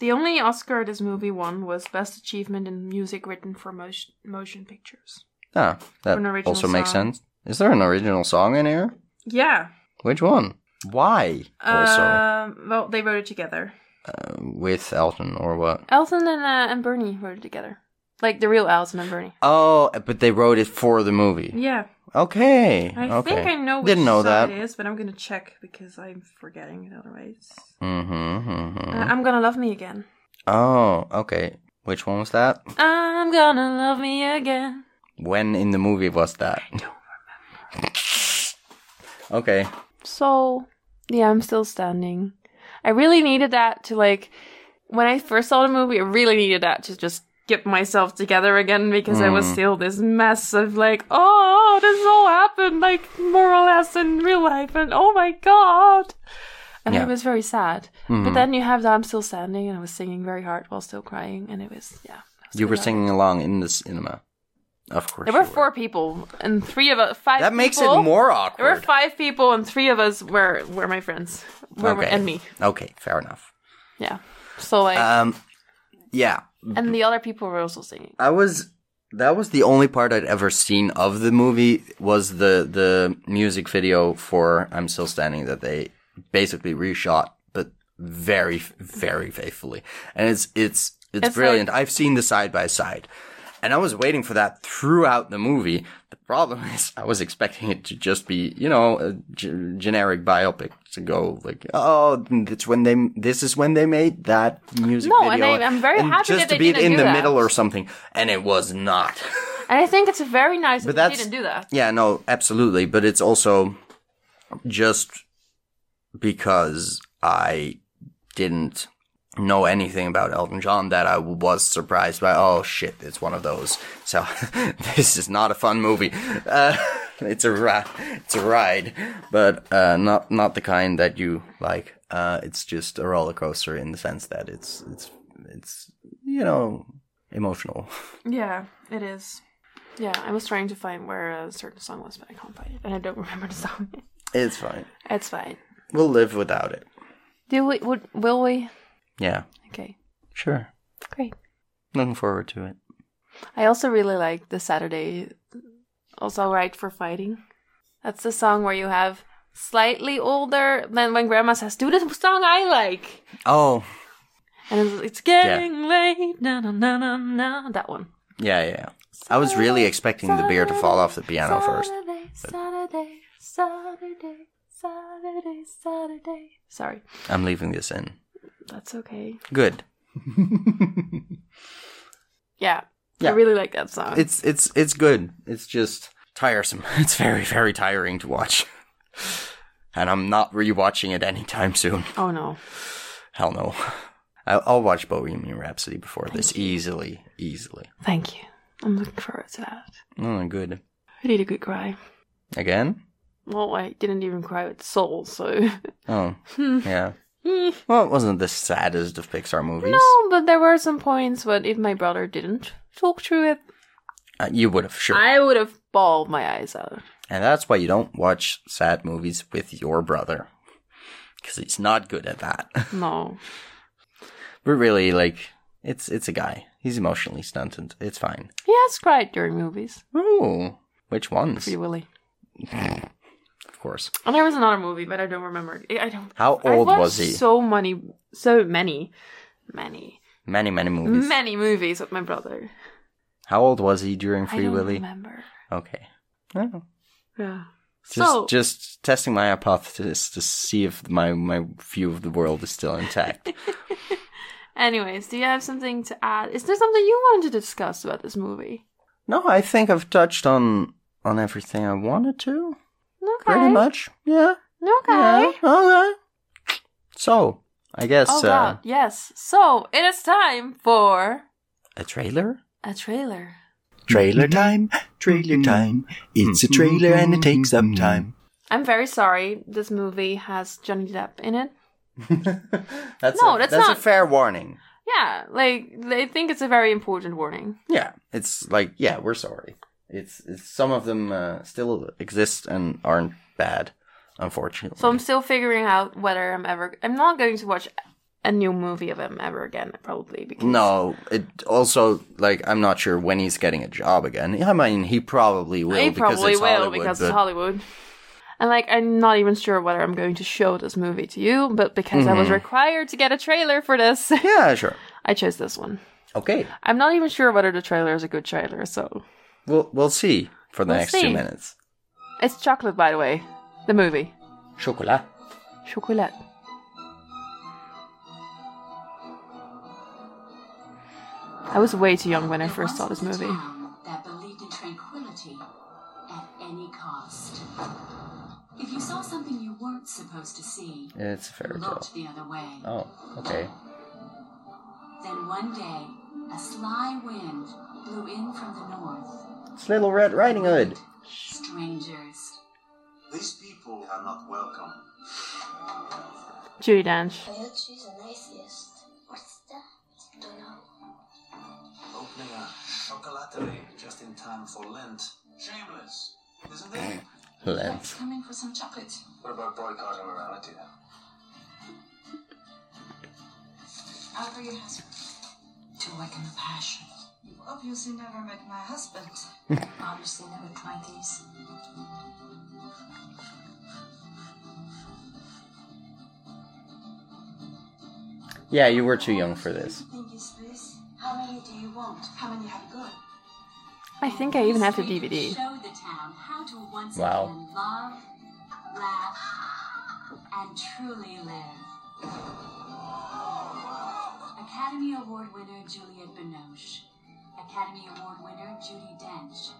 [SPEAKER 1] The only Oscar this movie won was Best Achievement in Music Written for Motion, motion Pictures.
[SPEAKER 2] Ah,
[SPEAKER 1] An
[SPEAKER 2] that
[SPEAKER 1] original
[SPEAKER 2] also makes
[SPEAKER 1] song.
[SPEAKER 2] sense. Is there an original song in here?
[SPEAKER 1] Yeah.
[SPEAKER 2] Which one? Why? Also,
[SPEAKER 1] Um, well, they wrote it together.
[SPEAKER 2] uh, with Elton or what?
[SPEAKER 1] Elton and uh, and Bernie wrote it together, like the real Elton and Bernie.
[SPEAKER 2] Oh, but they wrote it for the movie.
[SPEAKER 1] Yeah,
[SPEAKER 2] Okay.
[SPEAKER 1] I
[SPEAKER 2] okay.
[SPEAKER 1] think I know. Which
[SPEAKER 2] Didn't know
[SPEAKER 1] song
[SPEAKER 2] that.
[SPEAKER 1] it is, but I'm gonna check because I'm forgetting it otherwise.
[SPEAKER 2] Mm-hmm. mm-hmm.
[SPEAKER 1] Uh, I'm gonna love me again.
[SPEAKER 2] oh, okay. Which one was that?
[SPEAKER 1] I'm gonna love me again.
[SPEAKER 2] When in the movie was that? I don't remember. okay.
[SPEAKER 1] So yeah, I'm still standing. I really needed that to like when I first saw the movie. I really needed that to just get myself together again because I was
[SPEAKER 2] Mm.
[SPEAKER 1] still this mess of like, oh, this all happened like more or less in real life, and oh my god. And
[SPEAKER 2] Yeah.
[SPEAKER 1] I was very sad. But
[SPEAKER 2] Mhm.
[SPEAKER 1] then you have that I'm still standing, and I was singing very hard while still crying, and it was yeah. it was
[SPEAKER 2] You were
[SPEAKER 1] really
[SPEAKER 2] singing along in the cinema. Of course.
[SPEAKER 1] There were
[SPEAKER 2] you
[SPEAKER 1] four people, and three of us, five.
[SPEAKER 2] That makes it
[SPEAKER 1] people-
[SPEAKER 2] more
[SPEAKER 1] There were
[SPEAKER 2] awkward.
[SPEAKER 1] five people, and three of us were were my friends, were, were-
[SPEAKER 2] Okay.
[SPEAKER 1] and me.
[SPEAKER 2] Okay, fair enough.
[SPEAKER 1] Yeah. So like,
[SPEAKER 2] Um, yeah,
[SPEAKER 1] and the other people were also singing.
[SPEAKER 2] I was. That was the only part I'd ever seen of the movie was the the music video for "I'm Still Standing" that they basically reshot, but very very faithfully, and it's it's it's,
[SPEAKER 1] It's
[SPEAKER 2] brilliant. I've seen the side by side, and I was waiting for that throughout the movie. The problem is, I was expecting it to just be you know a g- generic biopic to go like, oh, it's when they this is when they made that music
[SPEAKER 1] No, and
[SPEAKER 2] video.
[SPEAKER 1] I- I'm very happy
[SPEAKER 2] just
[SPEAKER 1] that
[SPEAKER 2] to
[SPEAKER 1] they
[SPEAKER 2] be
[SPEAKER 1] didn't
[SPEAKER 2] in
[SPEAKER 1] do
[SPEAKER 2] the
[SPEAKER 1] that.
[SPEAKER 2] middle or something, and it was not.
[SPEAKER 1] And I think it's very nice that they
[SPEAKER 2] that's-
[SPEAKER 1] didn't do that.
[SPEAKER 2] yeah, no, absolutely, but it's also just because I didn't know anything about Elton John that I was surprised by. Oh shit, it's one of those. So this is not a fun movie. Uh, it's a ri- it's a ride, but uh, not not the kind that you like. Uh, it's just a roller coaster in the sense that it's it's it's you know emotional.
[SPEAKER 1] Yeah, it is. Yeah, I was trying to find where a certain song was, but I can't find it, and I don't remember the song.
[SPEAKER 2] It's fine.
[SPEAKER 1] it's fine.
[SPEAKER 2] We'll live without it.
[SPEAKER 1] Do we? Would, will we?
[SPEAKER 2] Yeah,
[SPEAKER 1] Okay,
[SPEAKER 2] sure.
[SPEAKER 1] great.
[SPEAKER 2] Looking forward to it.
[SPEAKER 1] I also really like the Saturday also right for fighting. That's the song where you have slightly older than when grandma says, Do the song I like
[SPEAKER 2] Oh,
[SPEAKER 1] and it's, it's getting late na na na na na that one.
[SPEAKER 2] yeah, yeah. yeah. I was really expecting the beer to fall off the piano first.
[SPEAKER 1] Saturday, Saturday, Saturday, Saturday, Saturday. Sorry.
[SPEAKER 2] I'm leaving this in.
[SPEAKER 1] That's okay.
[SPEAKER 2] Good.
[SPEAKER 1] Yeah.
[SPEAKER 2] Yeah.
[SPEAKER 1] I really like that song.
[SPEAKER 2] It's it's it's good. It's just tiresome. It's very very tiring to watch. And I'm not rewatching it anytime soon.
[SPEAKER 1] oh no.
[SPEAKER 2] Hell no. I- I'll watch Bohemian Rhapsody before this easily, easily.
[SPEAKER 1] Thank you. I'm looking forward to that.
[SPEAKER 2] Oh, good.
[SPEAKER 1] I need a good cry.
[SPEAKER 2] Again?
[SPEAKER 1] Well, I didn't even cry with Soul, so.
[SPEAKER 2] Oh, yeah.
[SPEAKER 1] Hmm.
[SPEAKER 2] Well, it wasn't the saddest of Pixar movies.
[SPEAKER 1] no, but there were some points when if my brother didn't talk through it,
[SPEAKER 2] Uh, you would have, sure.
[SPEAKER 1] I would have bawled my eyes out.
[SPEAKER 2] And that's why you don't watch sad movies with your brother. Because he's not good at that.
[SPEAKER 1] No.
[SPEAKER 2] but really, like, it's it's a guy. He's emotionally stunted. It's fine.
[SPEAKER 1] He has cried during movies.
[SPEAKER 2] Ooh. Which ones?
[SPEAKER 1] Free Willy.
[SPEAKER 2] Of course.
[SPEAKER 1] And there was another movie, but I don't remember. I I don't.
[SPEAKER 2] How
[SPEAKER 1] I've
[SPEAKER 2] old was
[SPEAKER 1] watched
[SPEAKER 2] he?
[SPEAKER 1] So many, so many, many,
[SPEAKER 2] many, many movies.
[SPEAKER 1] many movies with my brother.
[SPEAKER 2] How old was he during
[SPEAKER 1] I
[SPEAKER 2] Free
[SPEAKER 1] don't
[SPEAKER 2] Willy?
[SPEAKER 1] remember.
[SPEAKER 2] Okay. Oh.
[SPEAKER 1] Yeah.
[SPEAKER 2] Just
[SPEAKER 1] so
[SPEAKER 2] just testing my hypothesis to see if my, my view of the world is still intact.
[SPEAKER 1] Anyways, do you have something to add? Is there something you wanted to discuss about this movie?
[SPEAKER 2] no, I think I've touched on on everything I wanted to.
[SPEAKER 1] Okay.
[SPEAKER 2] Pretty much. Yeah.
[SPEAKER 1] Okay.
[SPEAKER 2] Yeah, okay. So, I guess
[SPEAKER 1] Oh
[SPEAKER 2] uh,
[SPEAKER 1] god, yes. So it is time for
[SPEAKER 2] a trailer. Mm-hmm.
[SPEAKER 1] a trailer.
[SPEAKER 3] Trailer time, trailer time. It's a trailer and it takes
[SPEAKER 2] Mm-hmm.
[SPEAKER 3] up time.
[SPEAKER 1] I'm very sorry. This movie has Johnny Depp in it.
[SPEAKER 2] That's
[SPEAKER 1] No,
[SPEAKER 2] a,
[SPEAKER 1] that's
[SPEAKER 2] that's
[SPEAKER 1] not-
[SPEAKER 2] a fair warning.
[SPEAKER 1] Yeah, like I think it's a very important warning.
[SPEAKER 2] Yeah, it's like yeah, we're sorry. It's, it's some of them uh, still exist and aren't bad, unfortunately.
[SPEAKER 1] So I'm still figuring out whether I'm ever. I'm not going to watch a new movie of him ever again, probably. Because
[SPEAKER 2] No, it also like I'm not sure when he's getting a job again. I mean, he probably will.
[SPEAKER 1] he
[SPEAKER 2] because
[SPEAKER 1] probably
[SPEAKER 2] it's
[SPEAKER 1] will
[SPEAKER 2] Hollywood,
[SPEAKER 1] because
[SPEAKER 2] but
[SPEAKER 1] it's Hollywood. And like, I'm not even sure whether I'm going to show this movie to you, but because I was
[SPEAKER 2] Mm-hmm.
[SPEAKER 1] required to get a trailer for this,
[SPEAKER 2] Yeah, sure.
[SPEAKER 1] I chose this one.
[SPEAKER 2] Okay,
[SPEAKER 1] I'm not even sure whether the trailer is a good trailer. So
[SPEAKER 2] we'll we'll see for the
[SPEAKER 1] We'll
[SPEAKER 2] next
[SPEAKER 1] see.
[SPEAKER 2] two minutes.
[SPEAKER 1] it's chocolate, by the way. The movie
[SPEAKER 2] Chocolat.
[SPEAKER 1] chocolate. I was way too young when I first saw this movie.
[SPEAKER 4] That believed in tranquility at any cost. If you saw something you weren't supposed to see,
[SPEAKER 2] It's a fairy tale.
[SPEAKER 4] looked the other way.
[SPEAKER 2] Oh, okay.
[SPEAKER 4] Then one day, a sly wind blew in from the north.
[SPEAKER 2] It's Little Red Riding Hood.
[SPEAKER 4] Strangers.
[SPEAKER 5] These people are not welcome.
[SPEAKER 1] Judy Dench.
[SPEAKER 6] I heard she's an atheist. What's that? Don't know.
[SPEAKER 5] Opening a chocolaterie just in time for Lent. Shameless, isn't it?
[SPEAKER 2] Lent.
[SPEAKER 4] Coming for some chocolate.
[SPEAKER 5] what about boycotting morality then?
[SPEAKER 4] Out for your husband. To awaken the passion.
[SPEAKER 7] You obviously never met my husband.
[SPEAKER 4] Obviously, never tried these.
[SPEAKER 2] Yeah, you were too young for this.
[SPEAKER 7] Thing is this, how many do you want? How many have you got?
[SPEAKER 1] I think I even have the DVD.
[SPEAKER 4] Show the town how to once
[SPEAKER 2] Wow.
[SPEAKER 4] again love, laugh, and truly live. Academy Award winner Juliette Binoche, Academy Award winner Judy Dench,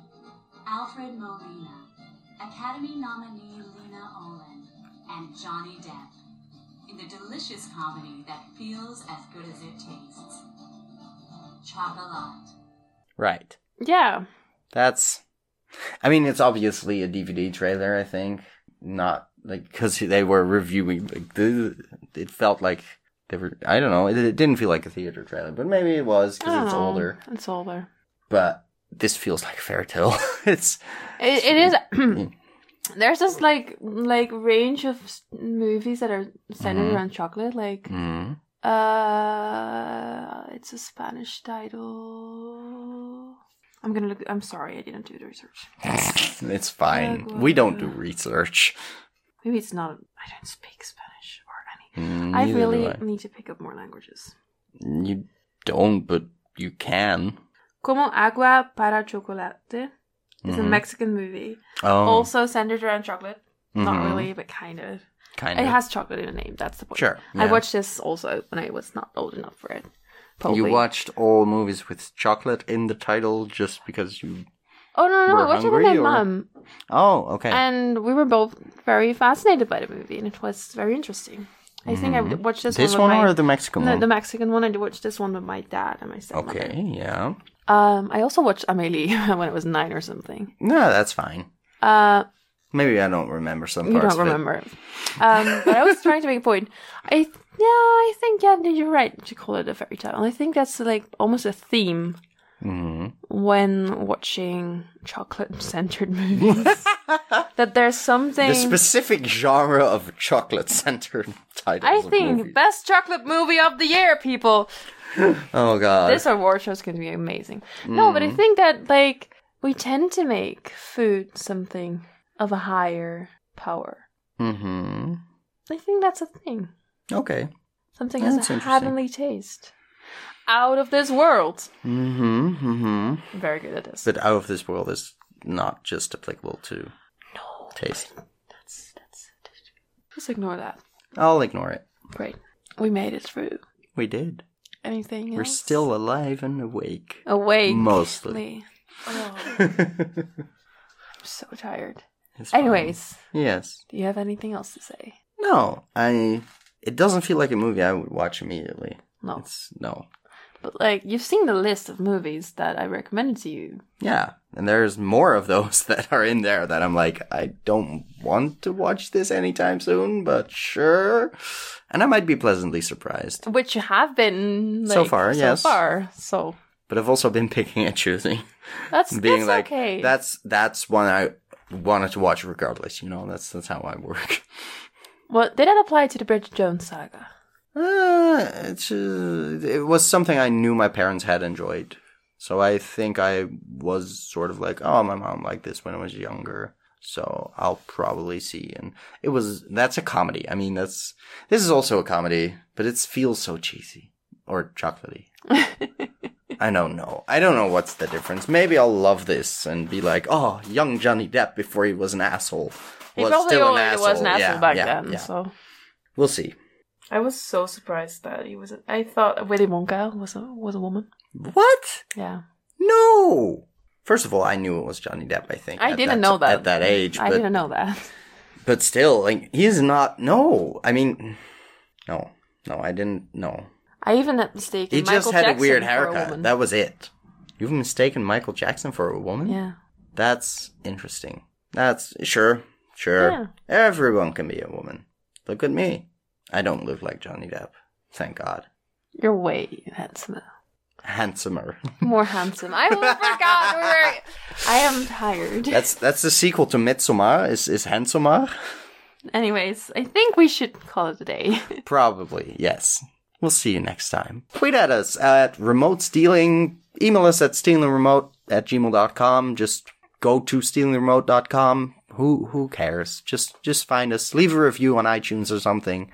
[SPEAKER 4] Alfred Molina, Academy nominee Lena Olin, and Johnny Depp in the delicious comedy that feels as good as it tastes. Chocolate.
[SPEAKER 2] Right.
[SPEAKER 1] Yeah.
[SPEAKER 2] That's. I mean, it's obviously a DVD trailer. I think not like because they were reviewing. Like the, it felt like they were. I don't know. It, it didn't feel like a theater trailer, but maybe it was
[SPEAKER 1] I
[SPEAKER 2] because
[SPEAKER 1] don't
[SPEAKER 2] it's
[SPEAKER 1] know.
[SPEAKER 2] older.
[SPEAKER 1] Oh, It's older.
[SPEAKER 2] But this feels like a fairy tale. it's
[SPEAKER 1] It, it is. there's this like like range of s- movies that are centered
[SPEAKER 2] Mhm.
[SPEAKER 1] around chocolate. Like
[SPEAKER 2] mm,
[SPEAKER 1] uh, it's a Spanish title. I'm gonna look. I'm sorry, I didn't do the research.
[SPEAKER 2] it's fine. we don't do research.
[SPEAKER 1] Maybe it's not. I don't speak Spanish or
[SPEAKER 2] Mm,
[SPEAKER 1] any. I
[SPEAKER 2] neither do
[SPEAKER 1] really
[SPEAKER 2] I.
[SPEAKER 1] need to pick up more languages.
[SPEAKER 2] You don't, but you can.
[SPEAKER 1] Como agua para chocolate is a
[SPEAKER 2] Mhm.
[SPEAKER 1] Mexican movie,
[SPEAKER 2] Oh,
[SPEAKER 1] also centered around chocolate. Not
[SPEAKER 2] mhm,
[SPEAKER 1] really, but kind of.
[SPEAKER 2] Kind
[SPEAKER 1] It
[SPEAKER 2] of.
[SPEAKER 1] has chocolate in the name. That's the point.
[SPEAKER 2] Sure,
[SPEAKER 1] I
[SPEAKER 2] yeah.
[SPEAKER 1] watched this also when I was not old enough for it. Probably.
[SPEAKER 2] You watched all movies with chocolate in the title just because you.
[SPEAKER 1] Oh no, no,
[SPEAKER 2] were
[SPEAKER 1] I watched it with
[SPEAKER 2] hungry,
[SPEAKER 1] my
[SPEAKER 2] or-
[SPEAKER 1] mum,
[SPEAKER 2] Oh, okay.
[SPEAKER 1] and we were both very fascinated by the movie, and it was very interesting. I think I watched this,
[SPEAKER 2] Mm-hmm. this
[SPEAKER 1] one,
[SPEAKER 2] one
[SPEAKER 1] with
[SPEAKER 2] or
[SPEAKER 1] my,
[SPEAKER 2] the Mexican
[SPEAKER 1] no,
[SPEAKER 2] one?
[SPEAKER 1] the Mexican one. I watched this one with my dad and my stepmother.
[SPEAKER 2] okay, yeah.
[SPEAKER 1] Um, I also watched Amelie when I was nine or something.
[SPEAKER 2] No, that's fine.
[SPEAKER 1] Uh,
[SPEAKER 2] Maybe I don't remember some
[SPEAKER 1] you
[SPEAKER 2] parts.
[SPEAKER 1] don't
[SPEAKER 2] of it.
[SPEAKER 1] remember. Um, but I was trying to make a point. I yeah, I think yeah, you're right to call it a fairy tale. And I think that's like almost a theme
[SPEAKER 2] Mhm.
[SPEAKER 1] when watching chocolate-centered movies that there's something
[SPEAKER 2] The specific genre of chocolate centered
[SPEAKER 1] I
[SPEAKER 2] titles. of
[SPEAKER 1] think
[SPEAKER 2] movies.
[SPEAKER 1] best chocolate movie of the year, people.
[SPEAKER 2] Oh, God.
[SPEAKER 1] this award show is going to be amazing. No,
[SPEAKER 2] Mm-hmm.
[SPEAKER 1] but I think that like we tend to make food something of a higher power.
[SPEAKER 2] hmm
[SPEAKER 1] I think that's a thing.
[SPEAKER 2] Okay.
[SPEAKER 1] Something
[SPEAKER 2] Oh, That's
[SPEAKER 1] has a
[SPEAKER 2] interesting.
[SPEAKER 1] heavenly taste, out of this world.
[SPEAKER 2] hmm hmm
[SPEAKER 1] I'm very good at this.
[SPEAKER 2] But Out of This World is not just applicable to
[SPEAKER 1] no,
[SPEAKER 2] taste.
[SPEAKER 1] that's that's. Just ignore that.
[SPEAKER 2] I'll ignore it.
[SPEAKER 1] Great, we made it through.
[SPEAKER 2] We did.
[SPEAKER 1] Anything?
[SPEAKER 2] We're
[SPEAKER 1] else?
[SPEAKER 2] still alive and awake.
[SPEAKER 1] awake.
[SPEAKER 2] Mostly.
[SPEAKER 1] Oh, I'm so tired.
[SPEAKER 2] It's fine.
[SPEAKER 1] Anyways,
[SPEAKER 2] Yes.
[SPEAKER 1] do you have anything else to say?
[SPEAKER 2] No, I. It doesn't feel like a movie I would watch immediately.
[SPEAKER 1] No.
[SPEAKER 2] It's no.
[SPEAKER 1] But like you've seen the list of movies that I recommended to you.
[SPEAKER 2] Yeah, and there's more of those that are in there that I'm like, I don't want to watch this anytime soon, but sure. And I might be pleasantly surprised.
[SPEAKER 1] Which you have been like,
[SPEAKER 2] So far, yes.
[SPEAKER 1] So far. So
[SPEAKER 2] But I've also been picking and choosing,
[SPEAKER 1] that's
[SPEAKER 2] being
[SPEAKER 1] that's
[SPEAKER 2] like,
[SPEAKER 1] okay.
[SPEAKER 2] that's that's one I wanted to watch regardless. You know, that's that's how I work.
[SPEAKER 1] Well, did that apply to the Bridget Jones saga?
[SPEAKER 2] Uh, it's, uh, it was something I knew my parents had enjoyed. So I think I was sort of like, oh, my mom liked this when I was younger. So I'll probably see. And it was, that's a comedy. I mean, that's, this is also a comedy, but it feels so cheesy or chocolatey. I don't know. I don't know what's the difference. Maybe I'll love this and be like, oh, young Johnny Depp before he was an asshole.
[SPEAKER 1] He
[SPEAKER 2] was
[SPEAKER 1] probably
[SPEAKER 2] still an
[SPEAKER 1] already was an
[SPEAKER 2] asshole.
[SPEAKER 1] asshole
[SPEAKER 2] Yeah,
[SPEAKER 1] back
[SPEAKER 2] yeah,
[SPEAKER 1] then.
[SPEAKER 2] yeah.
[SPEAKER 1] So
[SPEAKER 2] We'll see.
[SPEAKER 1] I was so surprised that he was. I thought Willy Wonka was a was a woman.
[SPEAKER 2] What?
[SPEAKER 1] Yeah,
[SPEAKER 2] No. First of all, I knew it was Johnny Depp. I think
[SPEAKER 1] I
[SPEAKER 2] at
[SPEAKER 1] didn't
[SPEAKER 2] that-
[SPEAKER 1] know that
[SPEAKER 2] at that age.
[SPEAKER 1] I
[SPEAKER 2] but,
[SPEAKER 1] didn't know that.
[SPEAKER 2] But still, like he is not. No, I mean, no, no, I didn't. No,
[SPEAKER 1] I even had mistaken.
[SPEAKER 2] he
[SPEAKER 1] Michael
[SPEAKER 2] just had
[SPEAKER 1] Jackson
[SPEAKER 2] a weird
[SPEAKER 1] for
[SPEAKER 2] haircut.
[SPEAKER 1] woman.
[SPEAKER 2] that was it. You've mistaken Michael Jackson for a woman.
[SPEAKER 1] yeah,
[SPEAKER 2] That's interesting. That's sure, sure.
[SPEAKER 1] Yeah.
[SPEAKER 2] Everyone can be a woman. Look at me. I don't look like Johnny Depp. Thank God.
[SPEAKER 1] you're way handsomer,
[SPEAKER 2] Handsomer.
[SPEAKER 1] more handsome. I forgot. we were- I am tired.
[SPEAKER 2] that's that's the sequel to Midsommar. Is is Handsomer?
[SPEAKER 1] Anyways, I think we should call it a day.
[SPEAKER 2] Probably, yes. We'll see you next time. Tweet at us at remote stealing. Email us at stealingremote at gmail.com. Just go to stealingremote.com. Who who cares? Just just find us. Leave a review on iTunes or something.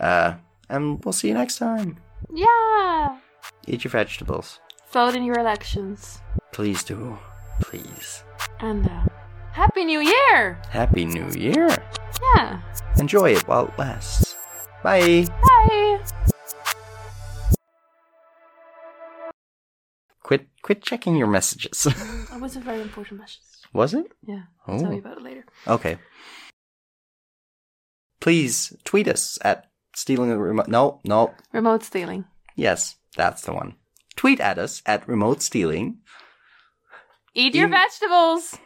[SPEAKER 2] Uh and we'll see you next time.
[SPEAKER 1] yeah,
[SPEAKER 2] Eat your vegetables.
[SPEAKER 1] vote in your elections,
[SPEAKER 2] Please do. Please.
[SPEAKER 1] and uh, happy New Year.
[SPEAKER 2] Happy New Year.
[SPEAKER 1] Yeah.
[SPEAKER 2] Enjoy it while it lasts. Bye.
[SPEAKER 1] Bye.
[SPEAKER 2] Quit quit checking your messages.
[SPEAKER 1] That was a very important message.
[SPEAKER 2] Was it?
[SPEAKER 1] Yeah.
[SPEAKER 2] I'll
[SPEAKER 1] Tell
[SPEAKER 2] tell Oh.
[SPEAKER 1] you
[SPEAKER 2] you
[SPEAKER 1] about it later.
[SPEAKER 2] Okay. Please tweet us at stealing a remote. No, no.
[SPEAKER 1] Remote stealing.
[SPEAKER 2] Yes, that's the one. Tweet at us at remote stealing.
[SPEAKER 1] Eat your
[SPEAKER 2] In-
[SPEAKER 1] vegetables.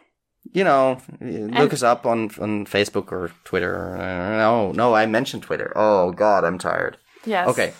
[SPEAKER 2] You know, look us up on on Facebook or Twitter. Uh, No, no, I mentioned Twitter. Oh God, I'm tired.
[SPEAKER 1] Yes.
[SPEAKER 2] Okay,